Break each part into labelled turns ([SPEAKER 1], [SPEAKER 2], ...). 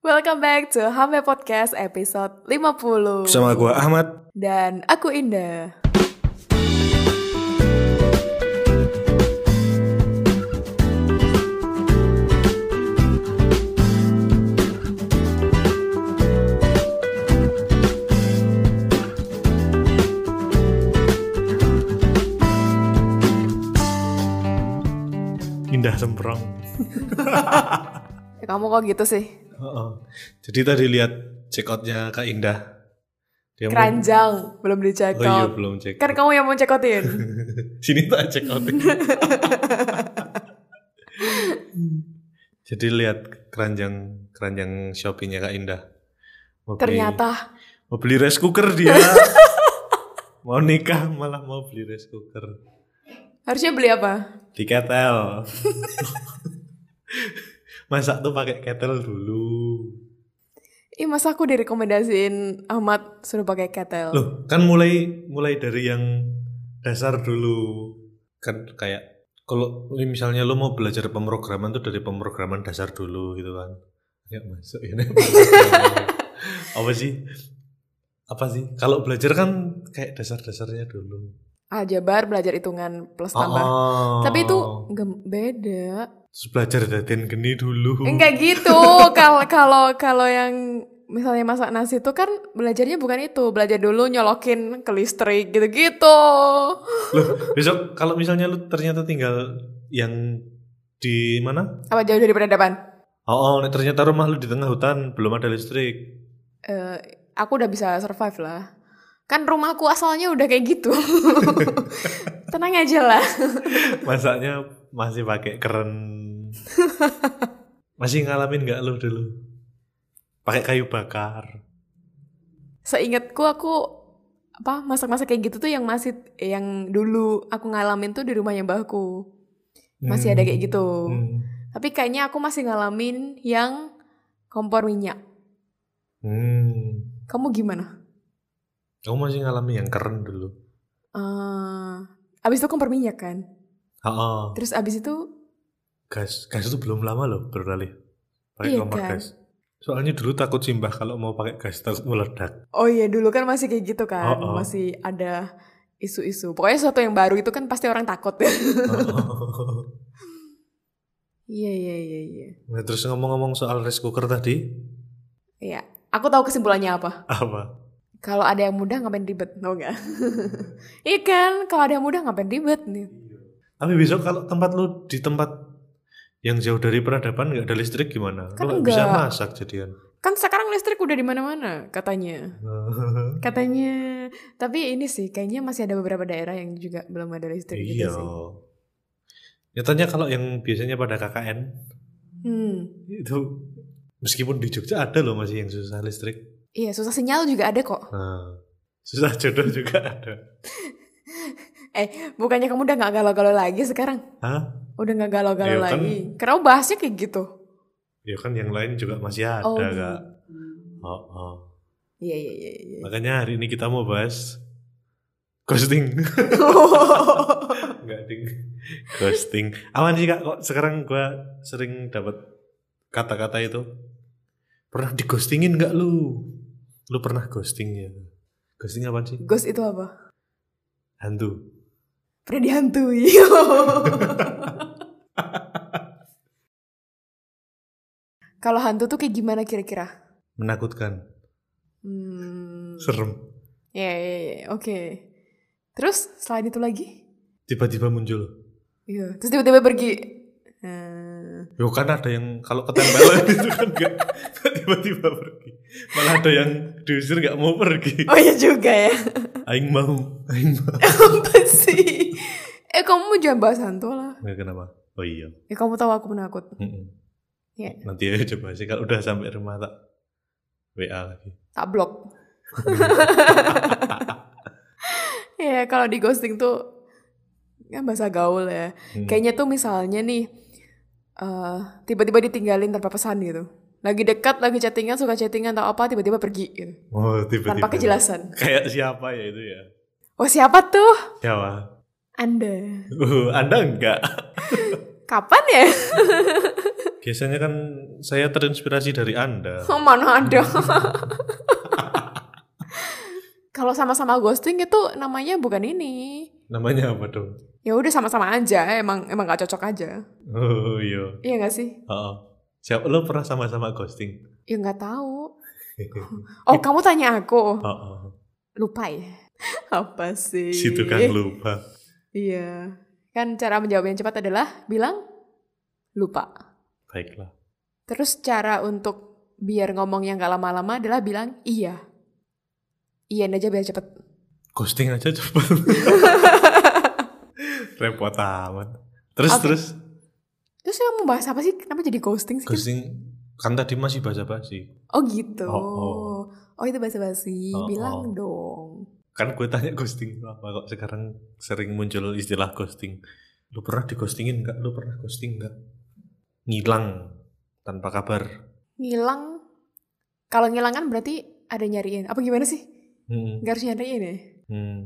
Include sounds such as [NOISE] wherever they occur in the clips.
[SPEAKER 1] Welcome back to Hame Podcast episode 50
[SPEAKER 2] Bersama gue Ahmad
[SPEAKER 1] Dan aku Indah
[SPEAKER 2] Indah Semprong.
[SPEAKER 1] Eh, Kamu kok gitu sih?
[SPEAKER 2] Jadi tadi lihat check outnya Kak Indah. Dia mau-
[SPEAKER 1] Keranjang, belum dicek
[SPEAKER 2] Oh iya
[SPEAKER 1] out
[SPEAKER 2] belum check.
[SPEAKER 1] Kan kamu yang mau check outin
[SPEAKER 2] [LAUGHS] Sini tak check out. [LAUGHS] Jadi lihat keranjang keranjang Shopee-nya Kak Indah. Mau beli-
[SPEAKER 1] Ternyata
[SPEAKER 2] mau beli rice cooker
[SPEAKER 1] [LAUGHS]
[SPEAKER 2] dia. mau nikah malah mau beli rice cooker.
[SPEAKER 1] Harusnya beli apa? [LAUGHS]
[SPEAKER 2] di ketel masak tuh pakai ketel dulu
[SPEAKER 1] Ih masa aku direkomendasiin Ahmad suruh pakai ketel
[SPEAKER 2] loh kan mulai mulai dari yang dasar dulu kan kayak kalau lu- misalnya lo mau belajar pemrograman tuh dari pemrograman dasar dulu gitu kan ya masuk
[SPEAKER 1] [LAUGHS]
[SPEAKER 2] ini apa sih apa sih kalau belajar kan kayak dasar-dasarnya dulu
[SPEAKER 1] Ah Jabar belajar hitungan plus tambah
[SPEAKER 2] oh,
[SPEAKER 1] Tapi itu nggak- beda
[SPEAKER 2] Terus belajar datin geni dulu
[SPEAKER 1] Enggak gitu. Kalau kalau kalau yang misalnya masak nasi itu kan belajarnya bukan itu. Belajar dulu nyolokin ke listrik gitu-gitu.
[SPEAKER 2] [LAUGHS] Loh, besok kalau misalnya lu ternyata tinggal yang di mana?
[SPEAKER 1] Apa jauh dari peradaban?
[SPEAKER 2] Oh, oh nek ternyata rumah lu di tengah hutan, belum ada listrik.
[SPEAKER 1] Eh, aku udah bisa survive lah. Kan rumahku asalnya udah kayak gitu. [LAUGHS] Tenang aja lah.
[SPEAKER 2] Masaknya masih pakai
[SPEAKER 1] [LAUGHS]
[SPEAKER 2] keren. Masih ngalamin nggak lu dulu? Pakai kayu bakar.
[SPEAKER 1] Seingatku aku apa masak-masak kayak gitu tuh yang masih yang dulu aku ngalamin tuh di rumahnya mbahku. Masih ada kayak gitu.
[SPEAKER 2] Hmm.
[SPEAKER 1] Tapi kayaknya aku masih ngalamin yang kompor minyak.
[SPEAKER 2] Hmm.
[SPEAKER 1] Kamu gimana?
[SPEAKER 2] Aku masih ngalamin yang keren dulu.
[SPEAKER 1] Ah, abis itu kompor minyak kan.
[SPEAKER 2] Oh, oh.
[SPEAKER 1] Terus abis itu
[SPEAKER 2] gas gas itu belum lama loh beralih. Pakai
[SPEAKER 1] Iya
[SPEAKER 2] kompor
[SPEAKER 1] kan?
[SPEAKER 2] gas. Soalnya dulu takut simbah kalau mau pakai gas takut
[SPEAKER 1] [LAUGHS]
[SPEAKER 2] meledak.
[SPEAKER 1] oh iya dulu kan masih kayak gitu kan,
[SPEAKER 2] Oh, oh.
[SPEAKER 1] masih ada isu-isu. Pokoknya sesuatu yang baru itu kan pasti orang takut. [LAUGHS]
[SPEAKER 2] Oh.
[SPEAKER 1] Iya iya iya iya.
[SPEAKER 2] Nah, terus ngomong-ngomong soal rice cooker tadi,
[SPEAKER 1] Iya. Aku tahu kesimpulannya apa.
[SPEAKER 2] apa?
[SPEAKER 1] Kalau ada yang mudah ngapain ribet, tau nggak? [LAUGHS] iya kan, kalau ada yang mudah ngapain ribet nih.
[SPEAKER 2] Tapi besok kalau tempat lu di tempat yang jauh dari peradaban nggak ada listrik gimana?
[SPEAKER 1] Kan
[SPEAKER 2] lu nggak bisa
[SPEAKER 1] enggak.
[SPEAKER 2] masak jadian.
[SPEAKER 1] Kan sekarang listrik udah di mana-mana katanya. Katanya. Tapi ini sih kayaknya masih ada beberapa daerah yang juga belum ada listrik gitu
[SPEAKER 2] iya.
[SPEAKER 1] sih.
[SPEAKER 2] Nyatanya kalau yang biasanya pada KKN
[SPEAKER 1] Hmm.
[SPEAKER 2] itu meskipun di Jogja ada loh masih yang susah listrik.
[SPEAKER 1] Iya, susah sinyal juga ada kok.
[SPEAKER 2] Nah, susah jodoh juga ada.
[SPEAKER 1] Eh, bukannya kamu udah nggak galau-galau lagi sekarang?
[SPEAKER 2] Hah?
[SPEAKER 1] Udah nggak galau-galau
[SPEAKER 2] Iya kan.
[SPEAKER 1] lagi? Karena bahasnya kayak gitu.
[SPEAKER 2] Ya kan yang lain juga masih ada
[SPEAKER 1] Oh.
[SPEAKER 2] kak. Oh, oh.
[SPEAKER 1] Iya, iya, iya. iya.
[SPEAKER 2] Makanya hari ini kita mau bahas ghosting. Enggak ding. Ghosting. Aman sih kak. Kok sekarang gua sering dapat kata-kata itu. Pernah dighostingin nggak lu? Lu pernah ghosting ya? Ghosting apa sih?
[SPEAKER 1] Ghost itu apa?
[SPEAKER 2] Hantu.
[SPEAKER 1] Pernah dihantui. [LAUGHS] Kalau hantu tuh kayak gimana kira-kira?
[SPEAKER 2] Menakutkan.
[SPEAKER 1] Hmm.
[SPEAKER 2] Serem.
[SPEAKER 1] Iya, iya, iya. Oke. Terus selain itu lagi?
[SPEAKER 2] Tiba-tiba muncul.
[SPEAKER 1] Iya. Terus tiba-tiba pergi. Hmm.
[SPEAKER 2] Yo kan ada yang kalau ketempelan [LAUGHS] itu kan nggak nggak tiba-tiba pergi. Malah ada yang diusir nggak mau
[SPEAKER 1] [LAUGHS]
[SPEAKER 2] pergi.
[SPEAKER 1] Oh iya juga ya.
[SPEAKER 2] Aing mau. Aing mau.
[SPEAKER 1] apa sih? Eh kamu jangan bahas hantu lah.
[SPEAKER 2] Nggak kenapa? Oh iya.
[SPEAKER 1] Ya kamu tahu aku penakut.
[SPEAKER 2] Mm-mm.
[SPEAKER 1] Ya.
[SPEAKER 2] Nanti aja [LAUGHS] coba sih kalau udah sampai rumah tak WA lagi.
[SPEAKER 1] tak blok. ya kalau di ghosting tuh kan bahasa gaul ya.
[SPEAKER 2] Hmm.
[SPEAKER 1] Kayaknya tuh misalnya nih eh, tiba-tiba ditinggalin tanpa pesan gitu. Lagi dekat, lagi chattingan, suka chattingan atau apa, tiba-tiba pergi gitu.
[SPEAKER 2] Oh, tiba-tiba.
[SPEAKER 1] Tanpa kejelasan.
[SPEAKER 2] Kayak siapa ya itu ya?
[SPEAKER 1] Oh siapa tuh?
[SPEAKER 2] Siapa?
[SPEAKER 1] Anda.
[SPEAKER 2] Uh, anda enggak.
[SPEAKER 1] Kapan ya?
[SPEAKER 2] Biasanya kan saya terinspirasi dari
[SPEAKER 1] [LAUGHS]
[SPEAKER 2] Anda.
[SPEAKER 1] Oh, mana ada. Kalau sama-sama ghosting itu namanya bukan ini.
[SPEAKER 2] Namanya apa dong?
[SPEAKER 1] Ya udah sama-sama aja, emang emang gak cocok aja.
[SPEAKER 2] Oh iya.
[SPEAKER 1] Iya gak sih?
[SPEAKER 2] Oh, siapa lo pernah sama-sama ghosting?
[SPEAKER 1] [LAUGHS] Ya nggak tahu.
[SPEAKER 2] oh,
[SPEAKER 1] Oh, kamu tanya aku.
[SPEAKER 2] oh.
[SPEAKER 1] Lupa ya? [LAUGHS] Apa sih?
[SPEAKER 2] Situ kan lupa.
[SPEAKER 1] Iya. Kan cara menjawab yang cepat adalah bilang lupa.
[SPEAKER 2] Baiklah.
[SPEAKER 1] Terus cara untuk biar ngomong yang gak lama-lama adalah bilang iya. Iya aja biar cepet.
[SPEAKER 2] Ghosting aja
[SPEAKER 1] [LAUGHS]
[SPEAKER 2] coba. Repot amat. Terus
[SPEAKER 1] Oke.
[SPEAKER 2] terus
[SPEAKER 1] Terus yang mau bahas apa sih? Kenapa jadi ghosting sih?
[SPEAKER 2] ghosting kan tadi masih basa-basi.
[SPEAKER 1] Oh gitu. Oh,
[SPEAKER 2] Oh, oh.
[SPEAKER 1] itu basa-basi.
[SPEAKER 2] Oh,
[SPEAKER 1] Bilang
[SPEAKER 2] oh.
[SPEAKER 1] dong.
[SPEAKER 2] Kan gue tanya ghosting itu apa kok sekarang sering muncul istilah ghosting. Lu pernah dighostingin nggak? Lu pernah ghosting nggak? Ngilang tanpa kabar.
[SPEAKER 1] Ngilang. Kalau ngilang kan berarti ada nyariin. Apa gimana sih?
[SPEAKER 2] Hmm.
[SPEAKER 1] Gak harus nyariin ya?
[SPEAKER 2] Hmm.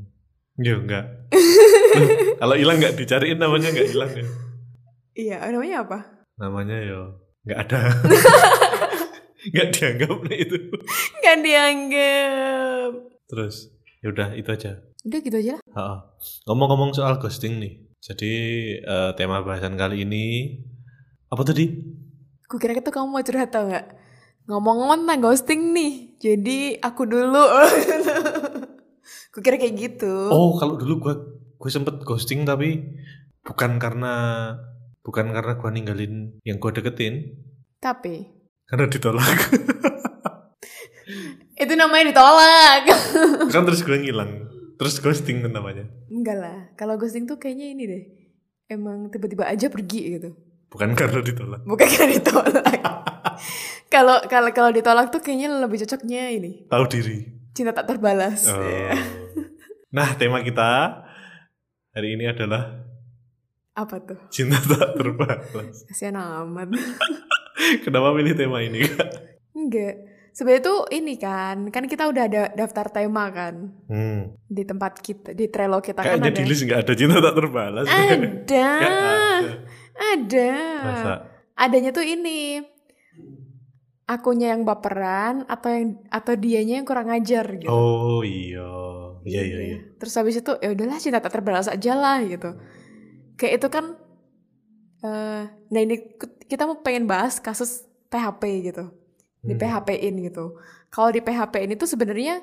[SPEAKER 2] Ya enggak. Kalau hilang nggak dicariin namanya nggak hilang ya.
[SPEAKER 1] Iya, namanya apa?
[SPEAKER 2] Namanya ya nggak ada. Nggak dianggap lah itu.
[SPEAKER 1] Gak dianggap.
[SPEAKER 2] Terus ya udah itu aja.
[SPEAKER 1] Udah gitu aja lah.
[SPEAKER 2] Ha-ha. Ngomong-ngomong soal ghosting nih. Jadi eh, tema bahasan kali ini apa tadi?
[SPEAKER 1] Gue kira itu kamu mau curhat tau gak? Ngomong-ngomong tentang ghosting nih. Jadi aku dulu. [LAUGHS] Gue kira kayak gitu.
[SPEAKER 2] Oh, kalau dulu gua gue sempet ghosting tapi bukan karena bukan karena gua ninggalin yang gua deketin
[SPEAKER 1] Tapi
[SPEAKER 2] karena
[SPEAKER 1] [LAUGHS]
[SPEAKER 2] ditolak.
[SPEAKER 1] itu namanya ditolak. [LAUGHS]
[SPEAKER 2] kan terus gue ngilang. Terus ghosting kan namanya.
[SPEAKER 1] Enggak lah. Kalau ghosting tuh kayaknya ini deh. Emang tiba-tiba aja pergi gitu.
[SPEAKER 2] Bukan karena ditolak.
[SPEAKER 1] Bukan [LAUGHS] karena ditolak. Kalau kalau kalau ditolak tuh kayaknya lebih cocoknya ini.
[SPEAKER 2] Tahu diri.
[SPEAKER 1] Cinta tak terbalas.
[SPEAKER 2] Oh.
[SPEAKER 1] Iya.
[SPEAKER 2] Nah, tema kita hari ini adalah
[SPEAKER 1] Apa tuh?
[SPEAKER 2] cinta tak
[SPEAKER 1] [LAUGHS]
[SPEAKER 2] terbalas.
[SPEAKER 1] Kasihan amat.
[SPEAKER 2] Kenapa pilih tema ini, Kak?
[SPEAKER 1] Enggak. Sebenarnya tuh ini kan, kan kita udah ada daftar tema kan
[SPEAKER 2] Hmm.
[SPEAKER 1] di tempat kita di Trello kita kan
[SPEAKER 2] Kayaknya
[SPEAKER 1] ada.
[SPEAKER 2] di list [LAUGHS] nggak ada cinta tak terbalas.
[SPEAKER 1] Ah,
[SPEAKER 2] [LAUGHS]
[SPEAKER 1] Ada.
[SPEAKER 2] Nggak ada.
[SPEAKER 1] Ada.
[SPEAKER 2] Masa?
[SPEAKER 1] Adanya tuh ini. Akunya yang baperan atau yang atau dianya yang kurang ajar gitu.
[SPEAKER 2] Oh iya, iya iya iya.
[SPEAKER 1] Terus habis itu ya udahlah cinta tak terbalas aja lah gitu. Kayak itu kan eh nah ini ku- kita mau pengen bahas kasus PHP gitu. Di
[SPEAKER 2] Hmm.
[SPEAKER 1] PHP-in gitu. Kalau di PHP-in itu sebenarnya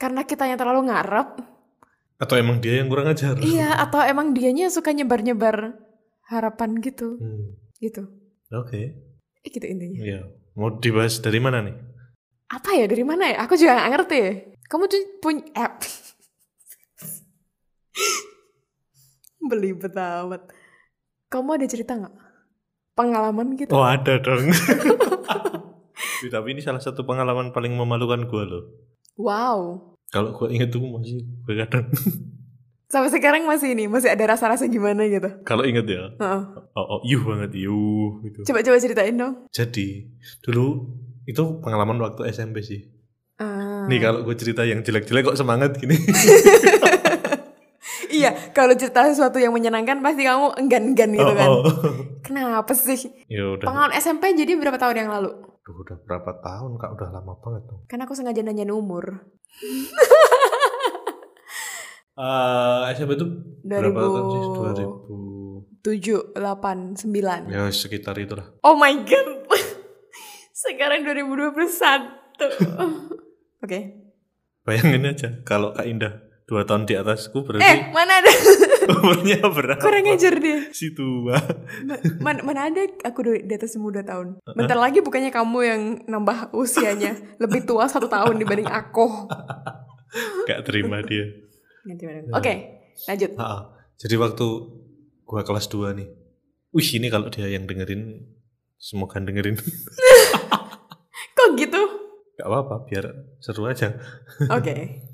[SPEAKER 1] karena kitanya terlalu ngarep,
[SPEAKER 2] [LAUGHS] Atau emang dia yang kurang ajar?
[SPEAKER 1] iya atau emang dianya suka nyebar-nyebar harapan gitu,
[SPEAKER 2] Hmm,
[SPEAKER 1] gitu.
[SPEAKER 2] Oke,
[SPEAKER 1] Eh gitu intinya.
[SPEAKER 2] iya. Mau dibahas dari mana nih?
[SPEAKER 1] Apa ya dari mana ya? Aku juga gak ngerti. Kamu tuh punya eh. app. [LAUGHS] Belibet amat. Kamu ada cerita nggak? Pengalaman gitu?
[SPEAKER 2] Oh ada dong. Wih, Tapi ini salah satu pengalaman paling memalukan gue loh.
[SPEAKER 1] Wow.
[SPEAKER 2] Kalau gue inget tuh masih gue kadang. [LAUGHS]
[SPEAKER 1] Sampai sekarang masih ini, masih ada rasa-rasa gimana gitu.
[SPEAKER 2] Kalau inget ya,
[SPEAKER 1] Heeh.
[SPEAKER 2] oh, oh yuh banget yuh gitu.
[SPEAKER 1] Coba-coba ceritain dong.
[SPEAKER 2] Jadi dulu itu pengalaman waktu SMP sih.
[SPEAKER 1] Ah.
[SPEAKER 2] Nih kalau gue cerita yang jelek-jelek kok semangat gini.
[SPEAKER 1] Iya, kalau cerita sesuatu yang menyenangkan pasti kamu enggan-enggan gitu kan. [LAUGHS]
[SPEAKER 2] Oh, oh.
[SPEAKER 1] Kenapa sih?
[SPEAKER 2] Ya udah.
[SPEAKER 1] Pengalaman SMP jadi berapa tahun yang lalu?
[SPEAKER 2] Duh, udah berapa tahun kak? Udah lama banget dong.
[SPEAKER 1] Karena aku sengaja nanyain umur.
[SPEAKER 2] SMP itu
[SPEAKER 1] 2000...
[SPEAKER 2] berapa tahun sih?
[SPEAKER 1] 7, 8, 9.
[SPEAKER 2] 2000. Ya sekitar itulah.
[SPEAKER 1] Oh my god. [LAUGHS] Sekarang 2021. [LAUGHS] Oke.
[SPEAKER 2] Bayangin aja kalau kak Indah dua tahun di
[SPEAKER 1] Eh,
[SPEAKER 2] atasku berarti
[SPEAKER 1] mana ada?
[SPEAKER 2] [LAUGHS] umurnya berapa?
[SPEAKER 1] Kurang ajar dia.
[SPEAKER 2] Si tua.
[SPEAKER 1] Ma- man- mana ada aku du- di atas muda tahun. Bentar lagi bukannya kamu yang nambah usianya. Lebih tua satu tahun dibanding aku.
[SPEAKER 2] Gak terima dia.
[SPEAKER 1] Ganti barang.
[SPEAKER 2] Ya.
[SPEAKER 1] Oke, lanjut.
[SPEAKER 2] Ha-ha. Jadi waktu gua kelas 2 nih. Wih ini kalau dia yang dengerin semoga dengerin. [LAUGHS]
[SPEAKER 1] Kok gitu?
[SPEAKER 2] Gak apa-apa biar seru aja.
[SPEAKER 1] Oke.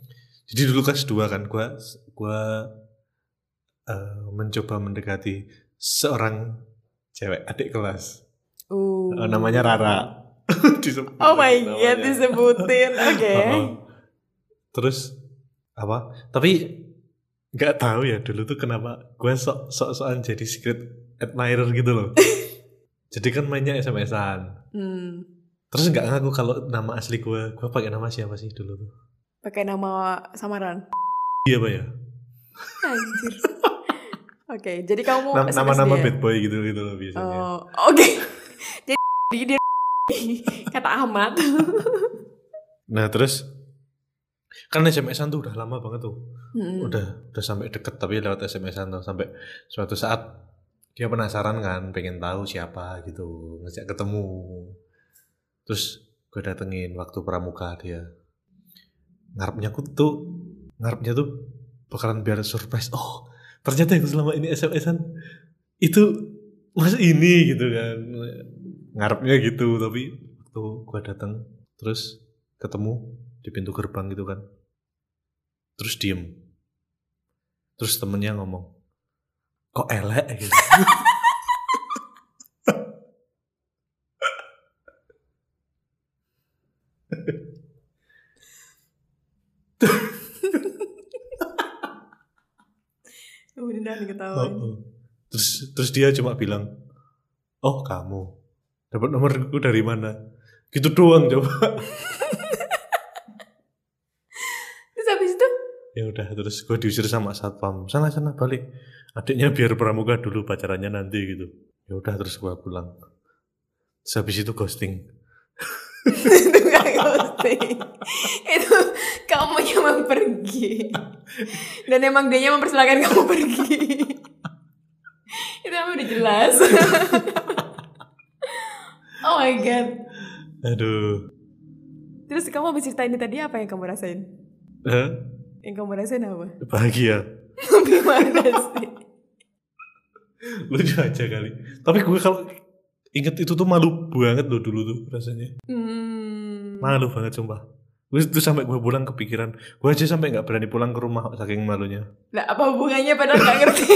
[SPEAKER 2] Jadi dulu kelas 2 kan gua gua eh, mencoba mendekati seorang cewek adik kelas.
[SPEAKER 1] Uh.
[SPEAKER 2] Eh, namanya Rara. [LAUGHS] Disebut
[SPEAKER 1] Oh my
[SPEAKER 2] namanya.
[SPEAKER 1] god, disebutin. Oke.
[SPEAKER 2] [LAUGHS] Heeh. Terus apa? Tapi nggak
[SPEAKER 1] [LAUGHS]
[SPEAKER 2] tahu ya dulu tuh kenapa gue sok sok sokan jadi secret admirer gitu loh. Jadi kan mainnya SMS-an.
[SPEAKER 1] Hmm.
[SPEAKER 2] Terus nggak ngaku kalau nama asli gue, gue pakai nama siapa sih dulu tuh?
[SPEAKER 1] Pakai nama samaran.
[SPEAKER 2] Iya pak ya.
[SPEAKER 1] Anjir. Oke, jadi kamu
[SPEAKER 2] Nam-
[SPEAKER 1] SMS
[SPEAKER 2] Nama-nama
[SPEAKER 1] dia?
[SPEAKER 2] bad boy gitu gitu loh biasanya.
[SPEAKER 1] Oh, ya? oke. [LAUGHS] jadi dia [LAUGHS] kata Ahmad.
[SPEAKER 2] Nah terus kan SMS-an tuh udah lama banget tuh.
[SPEAKER 1] Hmm.
[SPEAKER 2] Udah udah sampai deket tapi lewat SMS-an tuh sampai suatu saat dia penasaran kan, pengen tahu siapa gitu, ngajak ketemu. Terus gue datengin waktu pramuka dia. Ngarepnya aku tuh ngarepnya tuh bakalan biar surprise. Oh, ternyata yang selama ini SMS-an itu mas ini gitu kan. Ngarepnya gitu, tapi waktu gue datang terus ketemu di pintu gerbang gitu kan. Terus diem. Terus temennya ngomong, kok elek gitu.
[SPEAKER 1] Udah nih
[SPEAKER 2] Oh,
[SPEAKER 1] ketahuan.
[SPEAKER 2] oh. Terus terus dia cuma bilang, "Oh, kamu dapat nomorku dari mana?" Gitu doang coba.
[SPEAKER 1] Terus habis itu
[SPEAKER 2] [LAUGHS]
[SPEAKER 1] [LAUGHS]
[SPEAKER 2] Ya udah, terus gue diusir sama satpam. Sana sana balik. Adiknya biar pramuka dulu pacarannya nanti gitu. Ya udah, terus gue pulang. Terus habis itu ghosting.
[SPEAKER 1] itu gak ghosting. itu kamu memang pergi. Dan emang dia mempersilahkan kamu pergi. itu emang udah jelas. [LAUGHS] oh my god.
[SPEAKER 2] Aduh.
[SPEAKER 1] Terus kamu habis cerita ini tadi apa yang kamu rasain?
[SPEAKER 2] Eh,
[SPEAKER 1] Yang kamu rasain apa? [LAUGHS]
[SPEAKER 2] bahagia. [LAUGHS]
[SPEAKER 1] Gimana sih?
[SPEAKER 2] Lucu aja kali. Tapi gue kalau inget itu tuh malu banget loh dulu tuh rasanya.
[SPEAKER 1] Hmm.
[SPEAKER 2] malu banget sumpah Terus itu sampai gue pulang kepikiran gue aja sampai nggak berani pulang ke rumah saking malunya
[SPEAKER 1] Lah apa hubungannya padahal gak
[SPEAKER 2] [LAUGHS]
[SPEAKER 1] ngerti.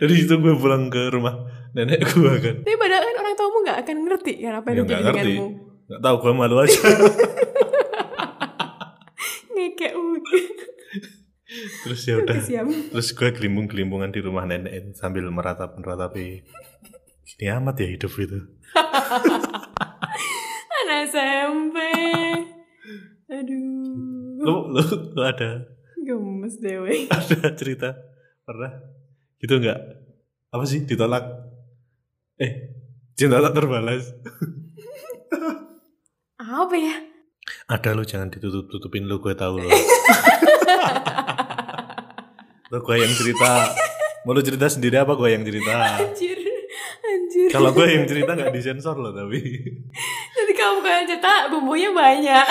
[SPEAKER 2] dari situ gue pulang ke rumah nenek gue kan
[SPEAKER 1] Tapi padahal kan orang tuamu gak akan ngerti kan apa yang
[SPEAKER 2] Ya,
[SPEAKER 1] terjadi
[SPEAKER 2] nggak ngerti.
[SPEAKER 1] denganmu.
[SPEAKER 2] nggak tahu gue malu aja [LAUGHS]
[SPEAKER 1] Ngekek uh, udah.
[SPEAKER 2] terus ya udah
[SPEAKER 1] Siap.
[SPEAKER 2] terus gue gelimbung gelimbungan di rumah nenek sambil meratap meratapi gini amat ya hidup itu
[SPEAKER 1] Anak SMP. Aduh.
[SPEAKER 2] lu lu, lu ada [LAUGHS]
[SPEAKER 1] Gemes deh weh.
[SPEAKER 2] ada cerita pernah gitu nggak apa sih ditolak eh cinta tak terbalas
[SPEAKER 1] Apa ya?
[SPEAKER 2] ada lu jangan ditutup tutupin lu gue tahu lo lo gue yang cerita mau lu cerita sendiri apa gue yang cerita
[SPEAKER 1] Anjir. Anjir.
[SPEAKER 2] kalau gue yang cerita nggak disensor lo tapi
[SPEAKER 1] Jadi kamu kan cetak bumbunya banyak.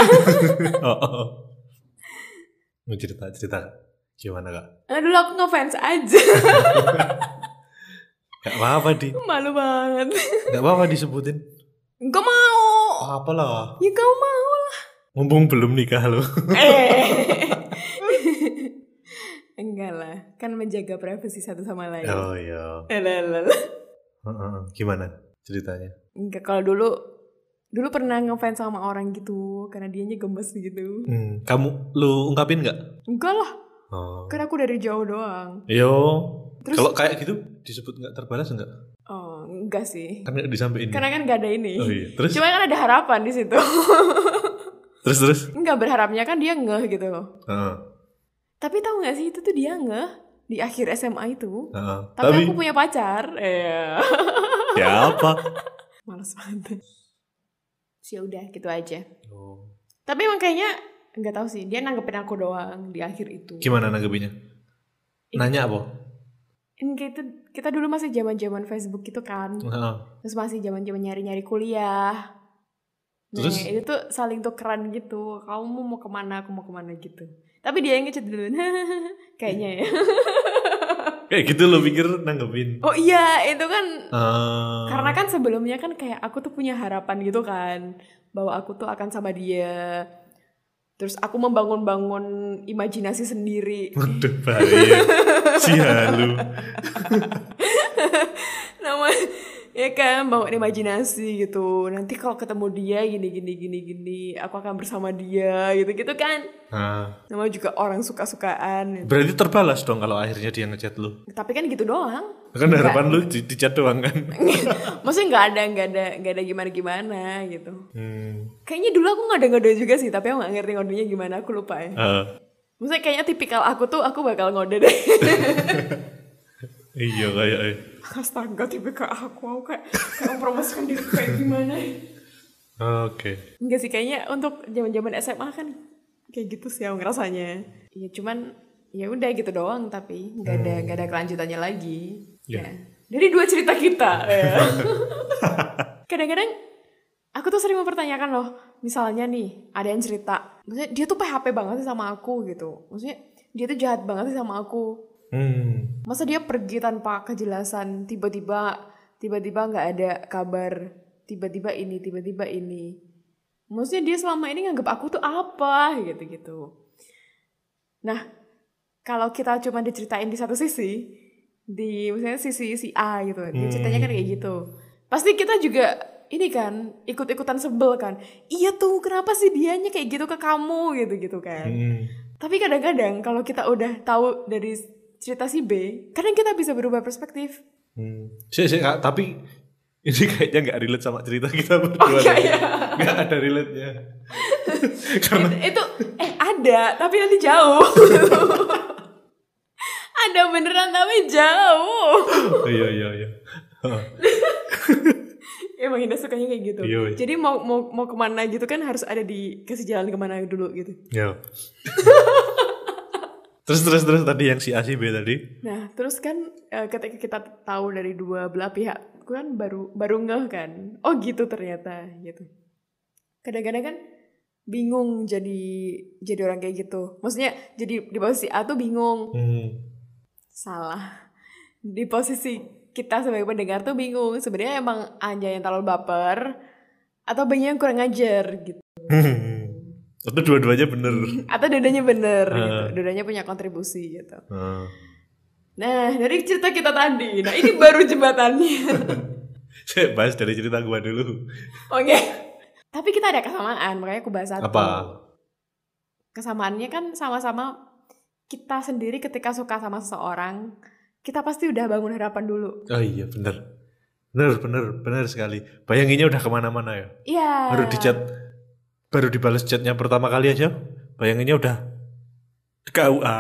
[SPEAKER 2] oh, oh. mau cerita cerita gimana kak
[SPEAKER 1] Nah, dulu aku ngefans aja. [LAUGHS]
[SPEAKER 2] nggak apa apa di
[SPEAKER 1] Malu banget.
[SPEAKER 2] nggak apa apa disebutin
[SPEAKER 1] Enggak mau.
[SPEAKER 2] oh, apa lah
[SPEAKER 1] Ya kamu mau lah.
[SPEAKER 2] mumpung belum nikah lo
[SPEAKER 1] Eh. [LAUGHS] Enggak lah. Kan menjaga privasi satu sama lain. Eh,
[SPEAKER 2] oh iya
[SPEAKER 1] Elelele.
[SPEAKER 2] Heeh. gimana ceritanya
[SPEAKER 1] Enggak kalau dulu dulu pernah ngefans sama orang gitu karena dianya gemes gitu.
[SPEAKER 2] Hmm, kamu lu ungkapin nggak
[SPEAKER 1] Enggak lah,
[SPEAKER 2] oh.
[SPEAKER 1] kan aku dari jauh doang.
[SPEAKER 2] yo
[SPEAKER 1] Terus-
[SPEAKER 2] kalau kayak gitu disebut nggak terbalas nggak
[SPEAKER 1] Oh, enggak sih.
[SPEAKER 2] kan nggak disampaikan
[SPEAKER 1] Karena kan gak ada ini.
[SPEAKER 2] Oh iya, terus
[SPEAKER 1] Cuma kan ada harapan di situ. [LAUGHS]
[SPEAKER 2] terus terus.
[SPEAKER 1] enggak berharapnya kan dia ngeh gitu loh.
[SPEAKER 2] Heeh,
[SPEAKER 1] Tapi tahu nggak sih itu tuh dia ngeh di akhir SMA itu.
[SPEAKER 2] heeh.
[SPEAKER 1] Tapi,
[SPEAKER 2] Tapi,
[SPEAKER 1] aku punya pacar. Eh,
[SPEAKER 2] ya apa?
[SPEAKER 1] [LAUGHS] males banget. Sih udah gitu aja.
[SPEAKER 2] Oh.
[SPEAKER 1] Tapi emang kayaknya nggak tahu sih, dia nanggepin aku doang di akhir itu.
[SPEAKER 2] Gimana nanggepinya? Nanya apa?
[SPEAKER 1] Ini kayak itu- kita dulu masih zaman-zaman Facebook gitu kan.
[SPEAKER 2] Heeh.
[SPEAKER 1] Terus masih zaman-zaman nyari-nyari kuliah. Nah,
[SPEAKER 2] Terus?
[SPEAKER 1] itu tuh saling tukeran gitu. Kamu mau kemana, aku mau kemana gitu. Tapi dia yang ngechat duluan. [LAUGHS] Kayaknya ya.
[SPEAKER 2] Kayak gitu lo pikir nanggepin.
[SPEAKER 1] Oh iya, itu kan
[SPEAKER 2] Ah.
[SPEAKER 1] karena kan sebelumnya kan kayak aku tuh punya harapan gitu kan bahwa aku tuh akan sama dia. Terus aku membangun-bangun imajinasi sendiri.
[SPEAKER 2] Waduh, bahaya. si halu.
[SPEAKER 1] Nama [LAUGHS] ya kan bawa imajinasi gitu nanti kalau ketemu dia gini gini gini gini aku akan bersama dia gitu gitu kan
[SPEAKER 2] Nah,
[SPEAKER 1] namanya juga orang suka sukaan
[SPEAKER 2] berarti terbalas dong kalau akhirnya dia ngechat lu.
[SPEAKER 1] tapi kan gitu doang [COUGHS]
[SPEAKER 2] Kan harapan lu di, di chat doang kan.
[SPEAKER 1] maksudnya nggak ada nggak ada nggak ada gimana gimana gitu
[SPEAKER 2] Hmm.
[SPEAKER 1] kayaknya dulu aku ngode-ngode juga sih tapi aku nggak ngerti ngodenya gimana aku lupa ya
[SPEAKER 2] eh,
[SPEAKER 1] maksudnya kayaknya tipikal aku tuh aku bakal ngode deh [LAUGHS]
[SPEAKER 2] iya kayak eh.
[SPEAKER 1] astaga tipikal aku aku kayak kayak mempromosikan diri kayak gimana ya.
[SPEAKER 2] Oke.
[SPEAKER 1] Enggak sih kayaknya untuk zaman-zaman SMA kan kayak gitu sih yang ngerasanya. Ya cuman ya udah gitu doang tapi nggak ada nggak ada kelanjutannya lagi.
[SPEAKER 2] Ya.
[SPEAKER 1] Ya. Dari dua cerita kita. ya. Kadang-kadang aku tuh sering mempertanyakan loh, misalnya nih ada yang cerita, maksudnya dia tuh PHP banget sih sama aku gitu. Maksudnya dia tuh jahat banget sih sama aku.
[SPEAKER 2] Hmm.
[SPEAKER 1] Masa dia pergi tanpa kejelasan tiba-tiba tiba-tiba nggak ada kabar tiba-tiba ini tiba-tiba ini maksudnya dia selama ini nganggap aku tuh apa gitu-gitu nah kalau kita cuma diceritain di satu sisi di misalnya sisi si A gitu dia ceritanya kan kayak gitu pasti kita juga ini kan ikut-ikutan sebel kan iya tuh kenapa sih dianya kayak gitu ke kamu gitu-gitu kan
[SPEAKER 2] Hmm.
[SPEAKER 1] tapi kadang-kadang kalau kita udah tahu dari cerita si B, kadang kita bisa berubah perspektif.
[SPEAKER 2] Hmm. Sih, sih, Kak, tapi ini kayaknya nggak relate sama cerita kita
[SPEAKER 1] iya,
[SPEAKER 2] berdua. tadi.
[SPEAKER 1] iya.
[SPEAKER 2] [LAUGHS] Nggak ada relate-nya. Karena
[SPEAKER 1] Itu eh ada, tapi nanti jauh. ada beneran tapi jauh.
[SPEAKER 2] iya iya iya. [LAUGHS]
[SPEAKER 1] Emang Indah sukanya kayak gitu.
[SPEAKER 2] Iya, iya.
[SPEAKER 1] Jadi mau mau mau kemana gitu kan harus ada di kasih jalan kemana dulu gitu.
[SPEAKER 2] Yo. terus terus terus tadi yang si A si B tadi.
[SPEAKER 1] Nah terus kan eh, ketika kita tahu dari dua belah pihak, gue kan baru baru ngeh kan. Oh gitu ternyata gitu. kadang-kadang kan bingung jadi jadi orang kayak gitu. Maksudnya jadi di posisi A tuh bingung,
[SPEAKER 2] Hmm.
[SPEAKER 1] salah. Di posisi kita sebagai pendengar tuh bingung. Sebenarnya emang Anja yang terlalu baper atau B yang kurang ajar gitu.
[SPEAKER 2] [LAUGHS] Tapi dua-duanya bener.
[SPEAKER 1] Atau dadanya bener gitu.
[SPEAKER 2] Heeh.
[SPEAKER 1] Dadanya punya kontribusi gitu.
[SPEAKER 2] Ah.
[SPEAKER 1] Nah, dari cerita kita tadi. Nah, ini baru jembatannya.
[SPEAKER 2] Saya bahas dari cerita gua dulu.
[SPEAKER 1] Oke. [LAUGHS] Tapi kita ada kesamaan, makanya aku bahas satu.
[SPEAKER 2] Apa?
[SPEAKER 1] kesamaannya kan sama-sama kita sendiri ketika suka sama seseorang kita pasti udah bangun harapan dulu
[SPEAKER 2] Oh iya bener. Bener bener bener sekali. Bayanginnya udah kemana-mana ya.
[SPEAKER 1] iya
[SPEAKER 2] Baru di chat, baru dibalas chatnya pertama kali aja. Bayanginnya udah KUA.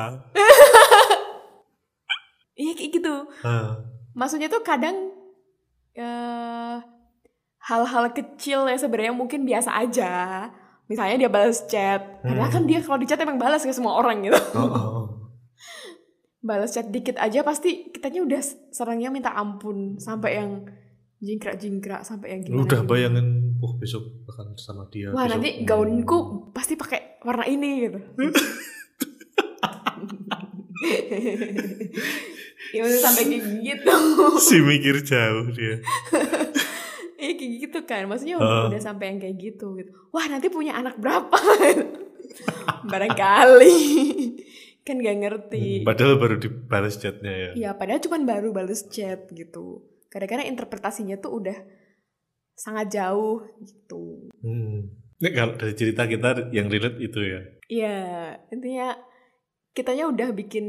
[SPEAKER 1] iya kayak gitu
[SPEAKER 2] Ah.
[SPEAKER 1] maksudnya tuh kadang eh hal-hal kecil yang sebenarnya mungkin biasa aja misalnya dia balas chat padahal
[SPEAKER 2] Hmm.
[SPEAKER 1] kan dia kalau di chat emang balas ke semua orang gitu [LAUGHS]
[SPEAKER 2] Oh, oh, oh.
[SPEAKER 1] balas chat dikit aja pasti kitanya udah serangnya minta ampun sampai yang jingkrak-jingkrak sampai yang gimana
[SPEAKER 2] Udah bayangin, wah besok bakal sama dia.
[SPEAKER 1] Iya. Wah
[SPEAKER 2] besok.
[SPEAKER 1] nanti gaunku pasti pakai warna ini gitu. [LAUGHS] ya udah sampai kayak [LAUGHS] gitu,
[SPEAKER 2] [LAUGHS] si mikir jauh dia.
[SPEAKER 1] ya kayak gitu kan. Maksudnya
[SPEAKER 2] Heeh.
[SPEAKER 1] udah sampai yang kayak gitu, gitu. Wah nanti punya anak berapa? [LAUGHS] Barangkali kan gak ngerti.
[SPEAKER 2] Hmm, Padahal baru dibalas chatnya ya.
[SPEAKER 1] Ya padahal cuman baru balas chat gitu. Kadang-kadang interpretasinya tuh udah sangat jauh gitu.
[SPEAKER 2] Hmm. Ini kalau dari cerita kita yang relate itu ya.
[SPEAKER 1] Iya, intinya kitanya udah bikin